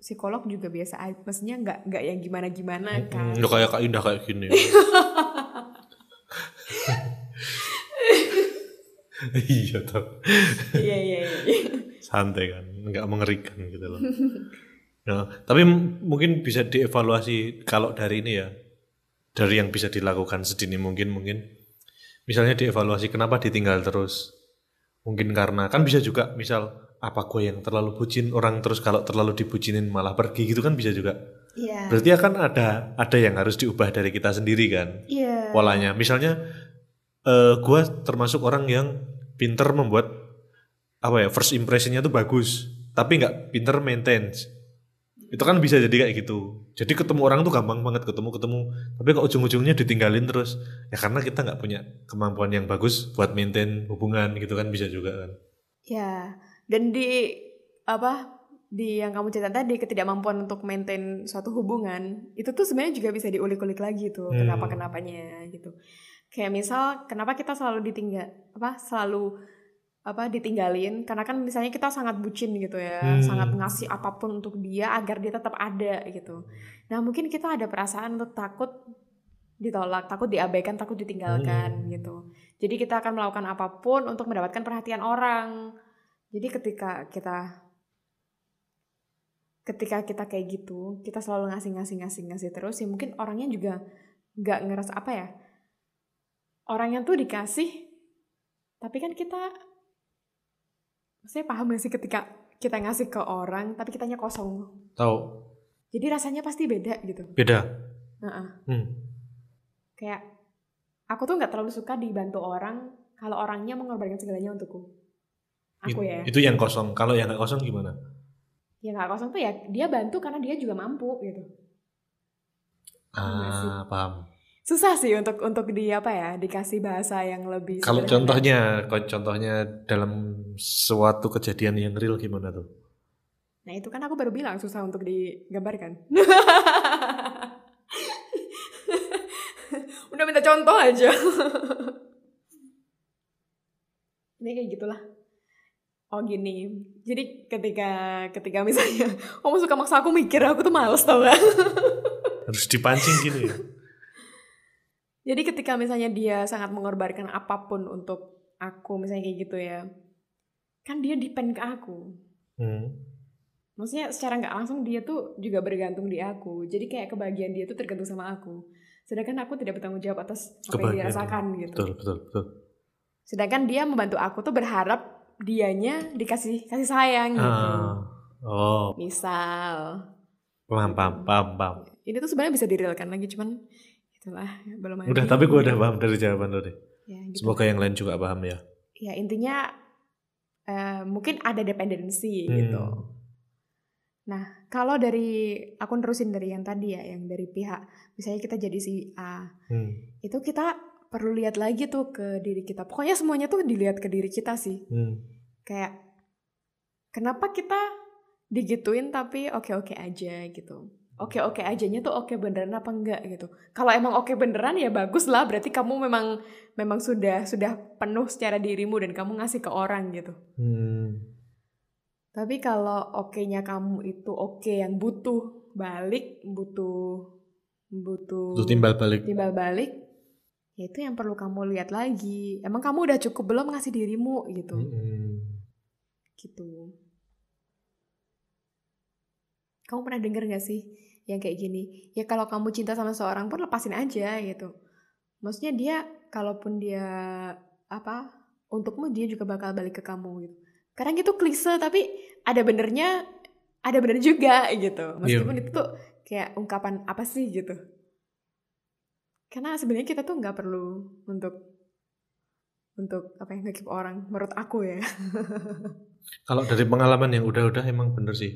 [SPEAKER 1] psikolog juga biasa aja. Maksudnya nggak nggak yang gimana gimana kan.
[SPEAKER 2] Hmm, kayak Kak Indah kayak gini. iya toh.
[SPEAKER 1] Iya iya iya.
[SPEAKER 2] Santai kan, nggak mengerikan gitu loh. Nah, tapi m- mungkin bisa dievaluasi kalau dari ini ya. Dari yang bisa dilakukan sedini mungkin mungkin. Misalnya dievaluasi kenapa ditinggal terus. Mungkin karena kan bisa juga misal apa gue yang terlalu bucin orang terus kalau terlalu dibucinin malah pergi gitu kan bisa juga.
[SPEAKER 1] Iya.
[SPEAKER 2] Berarti akan ada ada yang harus diubah dari kita sendiri kan
[SPEAKER 1] Iya.
[SPEAKER 2] polanya. Misalnya eh gue termasuk orang yang pinter membuat apa ya first impressionnya tuh bagus, tapi nggak pinter maintain. Itu kan bisa jadi kayak gitu. Jadi ketemu orang tuh gampang banget ketemu ketemu, tapi kok ujung-ujungnya ditinggalin terus. Ya karena kita nggak punya kemampuan yang bagus buat maintain hubungan gitu kan bisa juga kan.
[SPEAKER 1] Iya. Dan di apa di yang kamu cerita tadi ketidakmampuan untuk maintain suatu hubungan itu tuh sebenarnya juga bisa diulik-ulik lagi tuh
[SPEAKER 2] Hmm.
[SPEAKER 1] kenapa kenapanya gitu. Kayak misal kenapa kita selalu ditinggal apa selalu apa ditinggalin karena kan misalnya kita sangat bucin gitu ya
[SPEAKER 2] Hmm.
[SPEAKER 1] sangat ngasih apapun untuk dia agar dia tetap ada gitu nah mungkin kita ada perasaan untuk takut ditolak takut diabaikan takut ditinggalkan
[SPEAKER 2] Hmm.
[SPEAKER 1] gitu jadi kita akan melakukan apapun untuk mendapatkan perhatian orang jadi ketika kita ketika kita kayak gitu kita selalu ngasih ngasih ngasih ngasih terus ya mungkin orangnya juga nggak ngerasa apa ya orangnya tuh dikasih tapi kan kita saya paham gak sih ketika kita ngasih ke orang tapi kitanya kosong
[SPEAKER 2] Tahu?
[SPEAKER 1] jadi rasanya pasti beda gitu
[SPEAKER 2] Beda.
[SPEAKER 1] Heeh.
[SPEAKER 2] Hmm.
[SPEAKER 1] kayak aku tuh nggak terlalu suka dibantu orang kalau orangnya mengorbankan segalanya untukku aku
[SPEAKER 2] It-
[SPEAKER 1] ya
[SPEAKER 2] Itu yang kosong. Kalau yang nggak kosong gimana?
[SPEAKER 1] ya nggak kosong tuh ya dia bantu karena dia juga mampu gitu Nggak sih.
[SPEAKER 2] Ah, paham.
[SPEAKER 1] susah sih untuk untuk di apa ya dikasih bahasa yang lebih
[SPEAKER 2] Kalau
[SPEAKER 1] sederhana.
[SPEAKER 2] contohnya, kalau contohnya dalam suatu kejadian yang real gimana tuh?
[SPEAKER 1] nah itu kan aku baru bilang susah untuk digambarkan [LAUGHS] udah minta contoh aja ini kayak gitulah oh gini jadi ketika ketika misalnya [LAUGHS] kamu suka maksa aku mikir aku tuh males tau gak
[SPEAKER 2] Harus dipancing gitu ya?
[SPEAKER 1] [LAUGHS] Jadi ketika misalnya dia sangat mengorbankan apapun untuk aku, misalnya kayak gitu ya, kan dia depend ke aku.
[SPEAKER 2] Hmm.
[SPEAKER 1] Maksudnya secara nggak langsung dia tuh juga bergantung di aku. Jadi kayak kebahagiaan dia tuh tergantung sama aku. Sedangkan aku tidak bertanggung jawab atas apa yang dia
[SPEAKER 2] Kebahagiaan.
[SPEAKER 1] rasakan gitu.
[SPEAKER 2] Betul, betul, betul.
[SPEAKER 1] Sedangkan dia membantu aku tuh berharap dianya dikasih kasih sayang gitu.
[SPEAKER 2] Ah. Oh,
[SPEAKER 1] Misal,
[SPEAKER 2] paham, paham, paham, paham.
[SPEAKER 1] ini tuh sebenarnya bisa direlkan lagi, cuman itulah belum ada.
[SPEAKER 2] Udah, tapi gue udah paham dari jawaban lo deh.
[SPEAKER 1] Ya, gitu.
[SPEAKER 2] Semoga yang lain juga paham ya.
[SPEAKER 1] ya intinya eh, mungkin ada dependensi
[SPEAKER 2] Hmm.
[SPEAKER 1] gitu. Nah, Kalau dari aku nerusin dari yang tadi ya, yang dari pihak misalnya kita jadi si A,
[SPEAKER 2] Hmm.
[SPEAKER 1] itu kita perlu lihat lagi tuh ke diri kita. Pokoknya semuanya tuh dilihat ke diri kita sih.
[SPEAKER 2] Hmm.
[SPEAKER 1] Kayak kenapa kita digituin tapi oke-oke aja gitu. Oke-oke ajanya tuh oke beneran apa enggak gitu. Kalau emang oke beneran ya bagus lah, berarti kamu memang memang sudah sudah penuh secara dirimu dan kamu ngasih ke orang gitu.
[SPEAKER 2] Hmm.
[SPEAKER 1] Tapi kalau oke-nya kamu itu oke yang butuh balik, butuh butuh
[SPEAKER 2] Terus timbal balik.
[SPEAKER 1] timbal balik, ya itu yang perlu kamu lihat lagi. Emang kamu udah cukup belum ngasih dirimu gitu,
[SPEAKER 2] Hmm.
[SPEAKER 1] gitu. Kamu pernah denger gak sih yang kayak gini? Ya kalau kamu cinta sama seorang pun lepasin aja gitu. Maksudnya dia, kalaupun dia apa untukmu dia juga bakal balik ke kamu gitu. Kadang itu klise tapi ada benernya, ada bener juga gitu. Meskipun itu tuh kayak ungkapan apa sih gitu. Karena sebenarnya kita tuh nggak perlu untuk untuk apa yang ngekip orang menurut aku ya.
[SPEAKER 2] Kalau dari pengalaman yang udah-udah emang bener sih.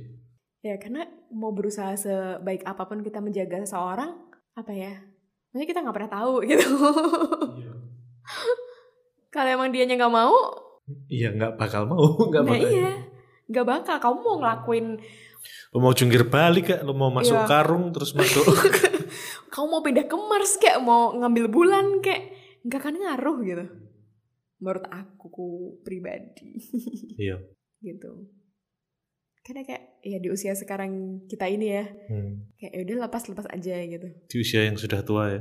[SPEAKER 1] Ya karena mau berusaha sebaik apapun kita menjaga seseorang, apa ya? Maksudnya kita nggak pernah tahu [LAUGHS] gitu. Kalau emang dianya nggak mau,
[SPEAKER 2] Iya nggak bakal mau, [LAUGHS] nggak
[SPEAKER 1] nah
[SPEAKER 2] bakal.
[SPEAKER 1] iya, nggak bakal. Kamu mau ngelakuin,
[SPEAKER 2] Lo mau jungkir balik kak, lo mau masuk
[SPEAKER 1] Iya.
[SPEAKER 2] karung terus masuk.
[SPEAKER 1] kamu mau pindah ke Mars kayak mau ngambil bulan kayak nggak akan ngaruh gitu. Menurut aku pribadi [LAUGHS]
[SPEAKER 2] iya.
[SPEAKER 1] gitu. Karena kayak ya di usia sekarang kita ini ya
[SPEAKER 2] Hmm.
[SPEAKER 1] kayak udah lepas lepas aja gitu.
[SPEAKER 2] Di usia yang sudah tua ya,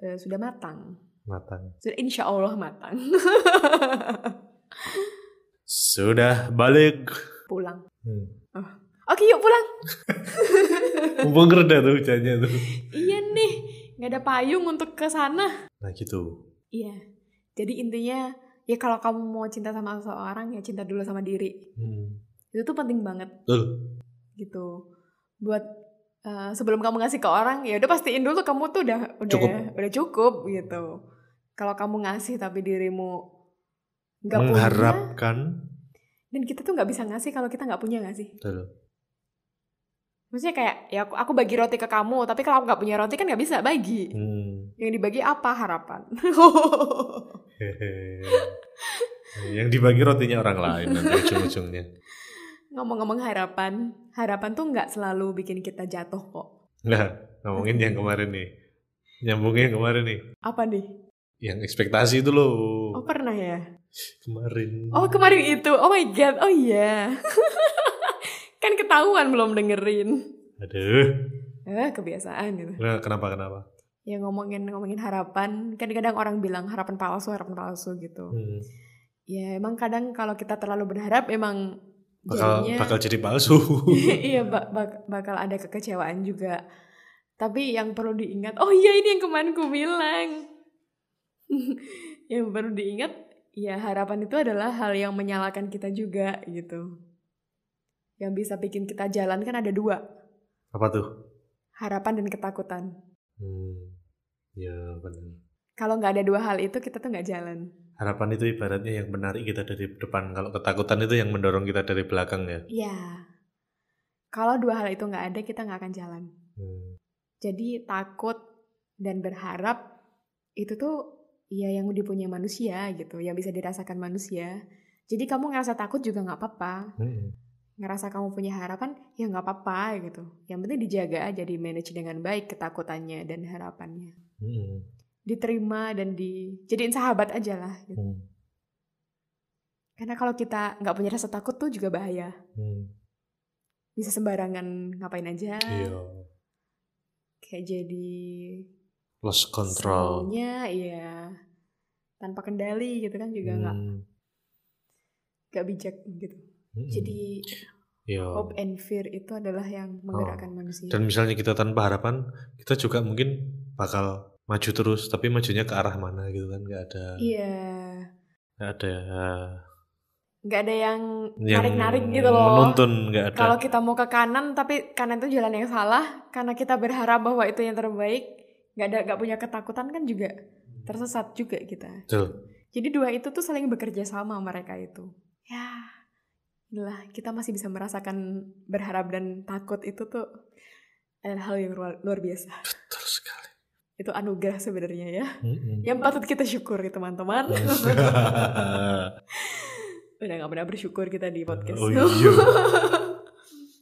[SPEAKER 1] Eh, sudah matang,
[SPEAKER 2] matang.
[SPEAKER 1] sudah insya Allah matang. [LAUGHS]
[SPEAKER 2] Sudah balik.
[SPEAKER 1] Pulang.
[SPEAKER 2] Hmm.
[SPEAKER 1] Oke yuk pulang.
[SPEAKER 2] Mumpung reda tuh hujannya tuh.
[SPEAKER 1] Iya nih, nggak ada payung untuk ke sana.
[SPEAKER 2] Nah gitu.
[SPEAKER 1] Iya. Jadi intinya ya kalau kamu mau cinta sama seseorang ya cinta dulu sama diri.
[SPEAKER 2] Hmm.
[SPEAKER 1] Itu tuh penting banget
[SPEAKER 2] Betul.
[SPEAKER 1] gitu. Buat eh, sebelum kamu ngasih ke orang ya udah pastiin dulu kamu tuh udah udah
[SPEAKER 2] Cukup.
[SPEAKER 1] udah cukup gitu. Kalau kamu ngasih tapi dirimu nggak punya
[SPEAKER 2] Mengharapkan.
[SPEAKER 1] dan kita tuh nggak bisa ngasih kalau kita nggak punya nggak sih?
[SPEAKER 2] Betul.
[SPEAKER 1] Maksudnya kayak ya aku, aku bagi roti ke kamu tapi kalau aku nggak punya roti kan nggak bisa bagi.
[SPEAKER 2] Hmm.
[SPEAKER 1] Yang dibagi apa harapan? [LAUGHS]
[SPEAKER 2] Hehe. yang dibagi rotinya orang lain nanti ujung-ujungnya.
[SPEAKER 1] Ngomong-ngomong harapan, harapan tuh nggak selalu bikin kita jatuh kok.
[SPEAKER 2] Nah, ngomongin yang kemarin nih. Nyambungin yang kemarin nih.
[SPEAKER 1] Apa nih?
[SPEAKER 2] Yang ekspektasi itu loh.
[SPEAKER 1] Oh pernah ya?
[SPEAKER 2] kemarin
[SPEAKER 1] Oh kemarin itu, oh my god, oh iya. [LAUGHS] kan ketahuan belum dengerin.
[SPEAKER 2] aduh
[SPEAKER 1] Eh kebiasaan gitu.
[SPEAKER 2] Nah, kenapa kenapa
[SPEAKER 1] Ya ngomongin ngomongin harapan, kan kadang orang bilang harapan palsu, harapan palsu gitu.
[SPEAKER 2] Hmm,
[SPEAKER 1] Ya emang kadang kalau kita terlalu berharap emang
[SPEAKER 2] bakal
[SPEAKER 1] jadinya
[SPEAKER 2] bakal jadi
[SPEAKER 1] [LAUGHS]
[SPEAKER 2] palsu [LAUGHS]
[SPEAKER 1] iya bak- bak- bakal ada kekecewaan juga. Tapi yang perlu diingat, oh iya ini yang kemarin ku bilang. [LAUGHS] yang perlu diingat, ya harapan itu adalah hal yang menyalakan kita juga gitu. Yang bisa bikin kita jalan kan ada dua,
[SPEAKER 2] apa tuh
[SPEAKER 1] harapan dan ketakutan.
[SPEAKER 2] Hmm, ya benar
[SPEAKER 1] Kalau nggak ada dua hal itu kita tuh nggak jalan.
[SPEAKER 2] harapan itu ibaratnya yang menarik kita dari depan kalau ketakutan itu yang mendorong kita dari belakang ya
[SPEAKER 1] Iya. Kalau dua hal itu nggak ada kita nggak akan jalan.
[SPEAKER 2] Hmm,
[SPEAKER 1] Jadi takut dan berharap itu tuh ya yang dipunyai manusia gitu, yang bisa dirasakan manusia. Jadi kamu ngerasa takut juga nggak apa-apa,
[SPEAKER 2] hmm.
[SPEAKER 1] ngerasa kamu punya harapan ya nggak apa-apa gitu. Yang penting dijaga aja, di manage dengan baik ketakutannya dan harapannya.
[SPEAKER 2] Hmm,
[SPEAKER 1] Diterima dan di jadiin sahabat aja lah. Gitu.
[SPEAKER 2] hmm,
[SPEAKER 1] Karena kalau kita nggak punya rasa takut tuh juga bahaya.
[SPEAKER 2] hmm.
[SPEAKER 1] Bisa sembarangan ngapain aja,
[SPEAKER 2] iya
[SPEAKER 1] kayak jadi
[SPEAKER 2] lost control
[SPEAKER 1] Serunya ya tanpa kendali gitu kan juga nggak
[SPEAKER 2] Hmm,
[SPEAKER 1] nggak bijak gitu.
[SPEAKER 2] hmm,
[SPEAKER 1] Jadi
[SPEAKER 2] iya.
[SPEAKER 1] hope and fear itu adalah yang menggerakkan manusia.
[SPEAKER 2] Oh. dan misalnya kita tanpa harapan kita juga mungkin bakal maju terus tapi majunya ke arah mana gitu kan nggak ada
[SPEAKER 1] Iya,
[SPEAKER 2] nggak ada ah,
[SPEAKER 1] nggak ada yang
[SPEAKER 2] yang
[SPEAKER 1] narik-narik gitu loh.
[SPEAKER 2] menuntun nggak ada
[SPEAKER 1] Kalau kita mau ke kanan tapi kanan itu jalan yang salah karena kita berharap bahwa itu yang terbaik, nggak ada nggak punya ketakutan kan juga tersesat juga kita.
[SPEAKER 2] Betul.
[SPEAKER 1] Jadi dua itu tuh saling bekerja sama mereka itu. Ya, inilah kita masih bisa merasakan berharap dan takut itu tuh adalah hal yang luar, luar biasa.
[SPEAKER 2] betul sekali Hmm.
[SPEAKER 1] Itu anugerah sebenarnya ya.
[SPEAKER 2] Mm-mm.
[SPEAKER 1] Yang patut kita syukuri teman-teman. [LAUGHS]
[SPEAKER 2] Oh, [LAUGHS]
[SPEAKER 1] Udah gak pernah bersyukur kita di podcast.
[SPEAKER 2] oh iya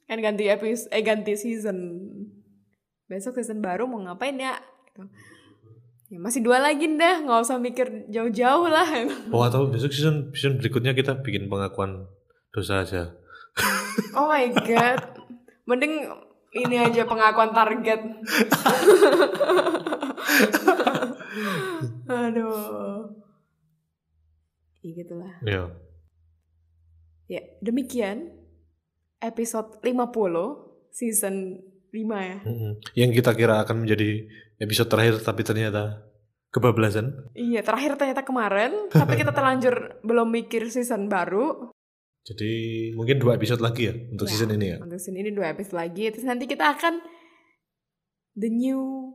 [SPEAKER 1] kan ganti episode, eh ganti season. Besok season baru mau ngapain ya? Gitu. Ya masih dua lagi dah, nggak usah mikir jauh-jauh lah. [LAUGHS]
[SPEAKER 2] oh atau besok season season berikutnya kita bikin pengakuan dosa aja
[SPEAKER 1] Oh my god. Mending ini aja pengakuan
[SPEAKER 2] [LAUGHS]
[SPEAKER 1] target. [LAUGHS] Aduh. Ya gitulah.
[SPEAKER 2] ya
[SPEAKER 1] Ya, demikian episode 50 season 5 ya.
[SPEAKER 2] Mm-mm. yang kita kira akan menjadi episode terakhir tapi ternyata kebablasan
[SPEAKER 1] Iya, terakhir ternyata
[SPEAKER 2] [LAUGHS]
[SPEAKER 1] kemarin, tapi kita terlanjur belum mikir season baru.
[SPEAKER 2] jadi mungkin dua episode lagi ya untuk
[SPEAKER 1] Ya.
[SPEAKER 2] season ini ya
[SPEAKER 1] Untuk season ini dua episode lagi, terus nanti kita akan the new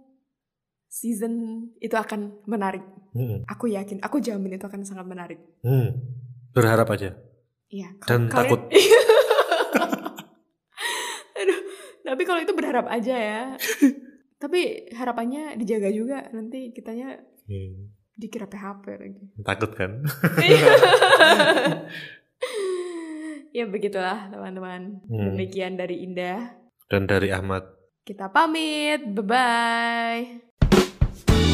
[SPEAKER 1] season itu akan menarik.
[SPEAKER 2] Mm-mm.
[SPEAKER 1] Aku yakin, aku jamin itu akan sangat menarik.
[SPEAKER 2] Hmm, berharap aja.
[SPEAKER 1] Iya. kalau
[SPEAKER 2] Dan takut.
[SPEAKER 1] [LAUGHS] Aduh, tapi kalau itu berharap aja
[SPEAKER 2] [LAUGHS]
[SPEAKER 1] ya. tapi harapannya dijaga juga nanti kitanya
[SPEAKER 2] Hmm,
[SPEAKER 1] dikira PHP lagi.
[SPEAKER 2] Takut kan?
[SPEAKER 1] [LAUGHS] ya begitulah teman-teman.
[SPEAKER 2] Hmm.
[SPEAKER 1] Demikian dari Indah.
[SPEAKER 2] Dan dari Ahmad
[SPEAKER 1] Kita pamit. Bye bye.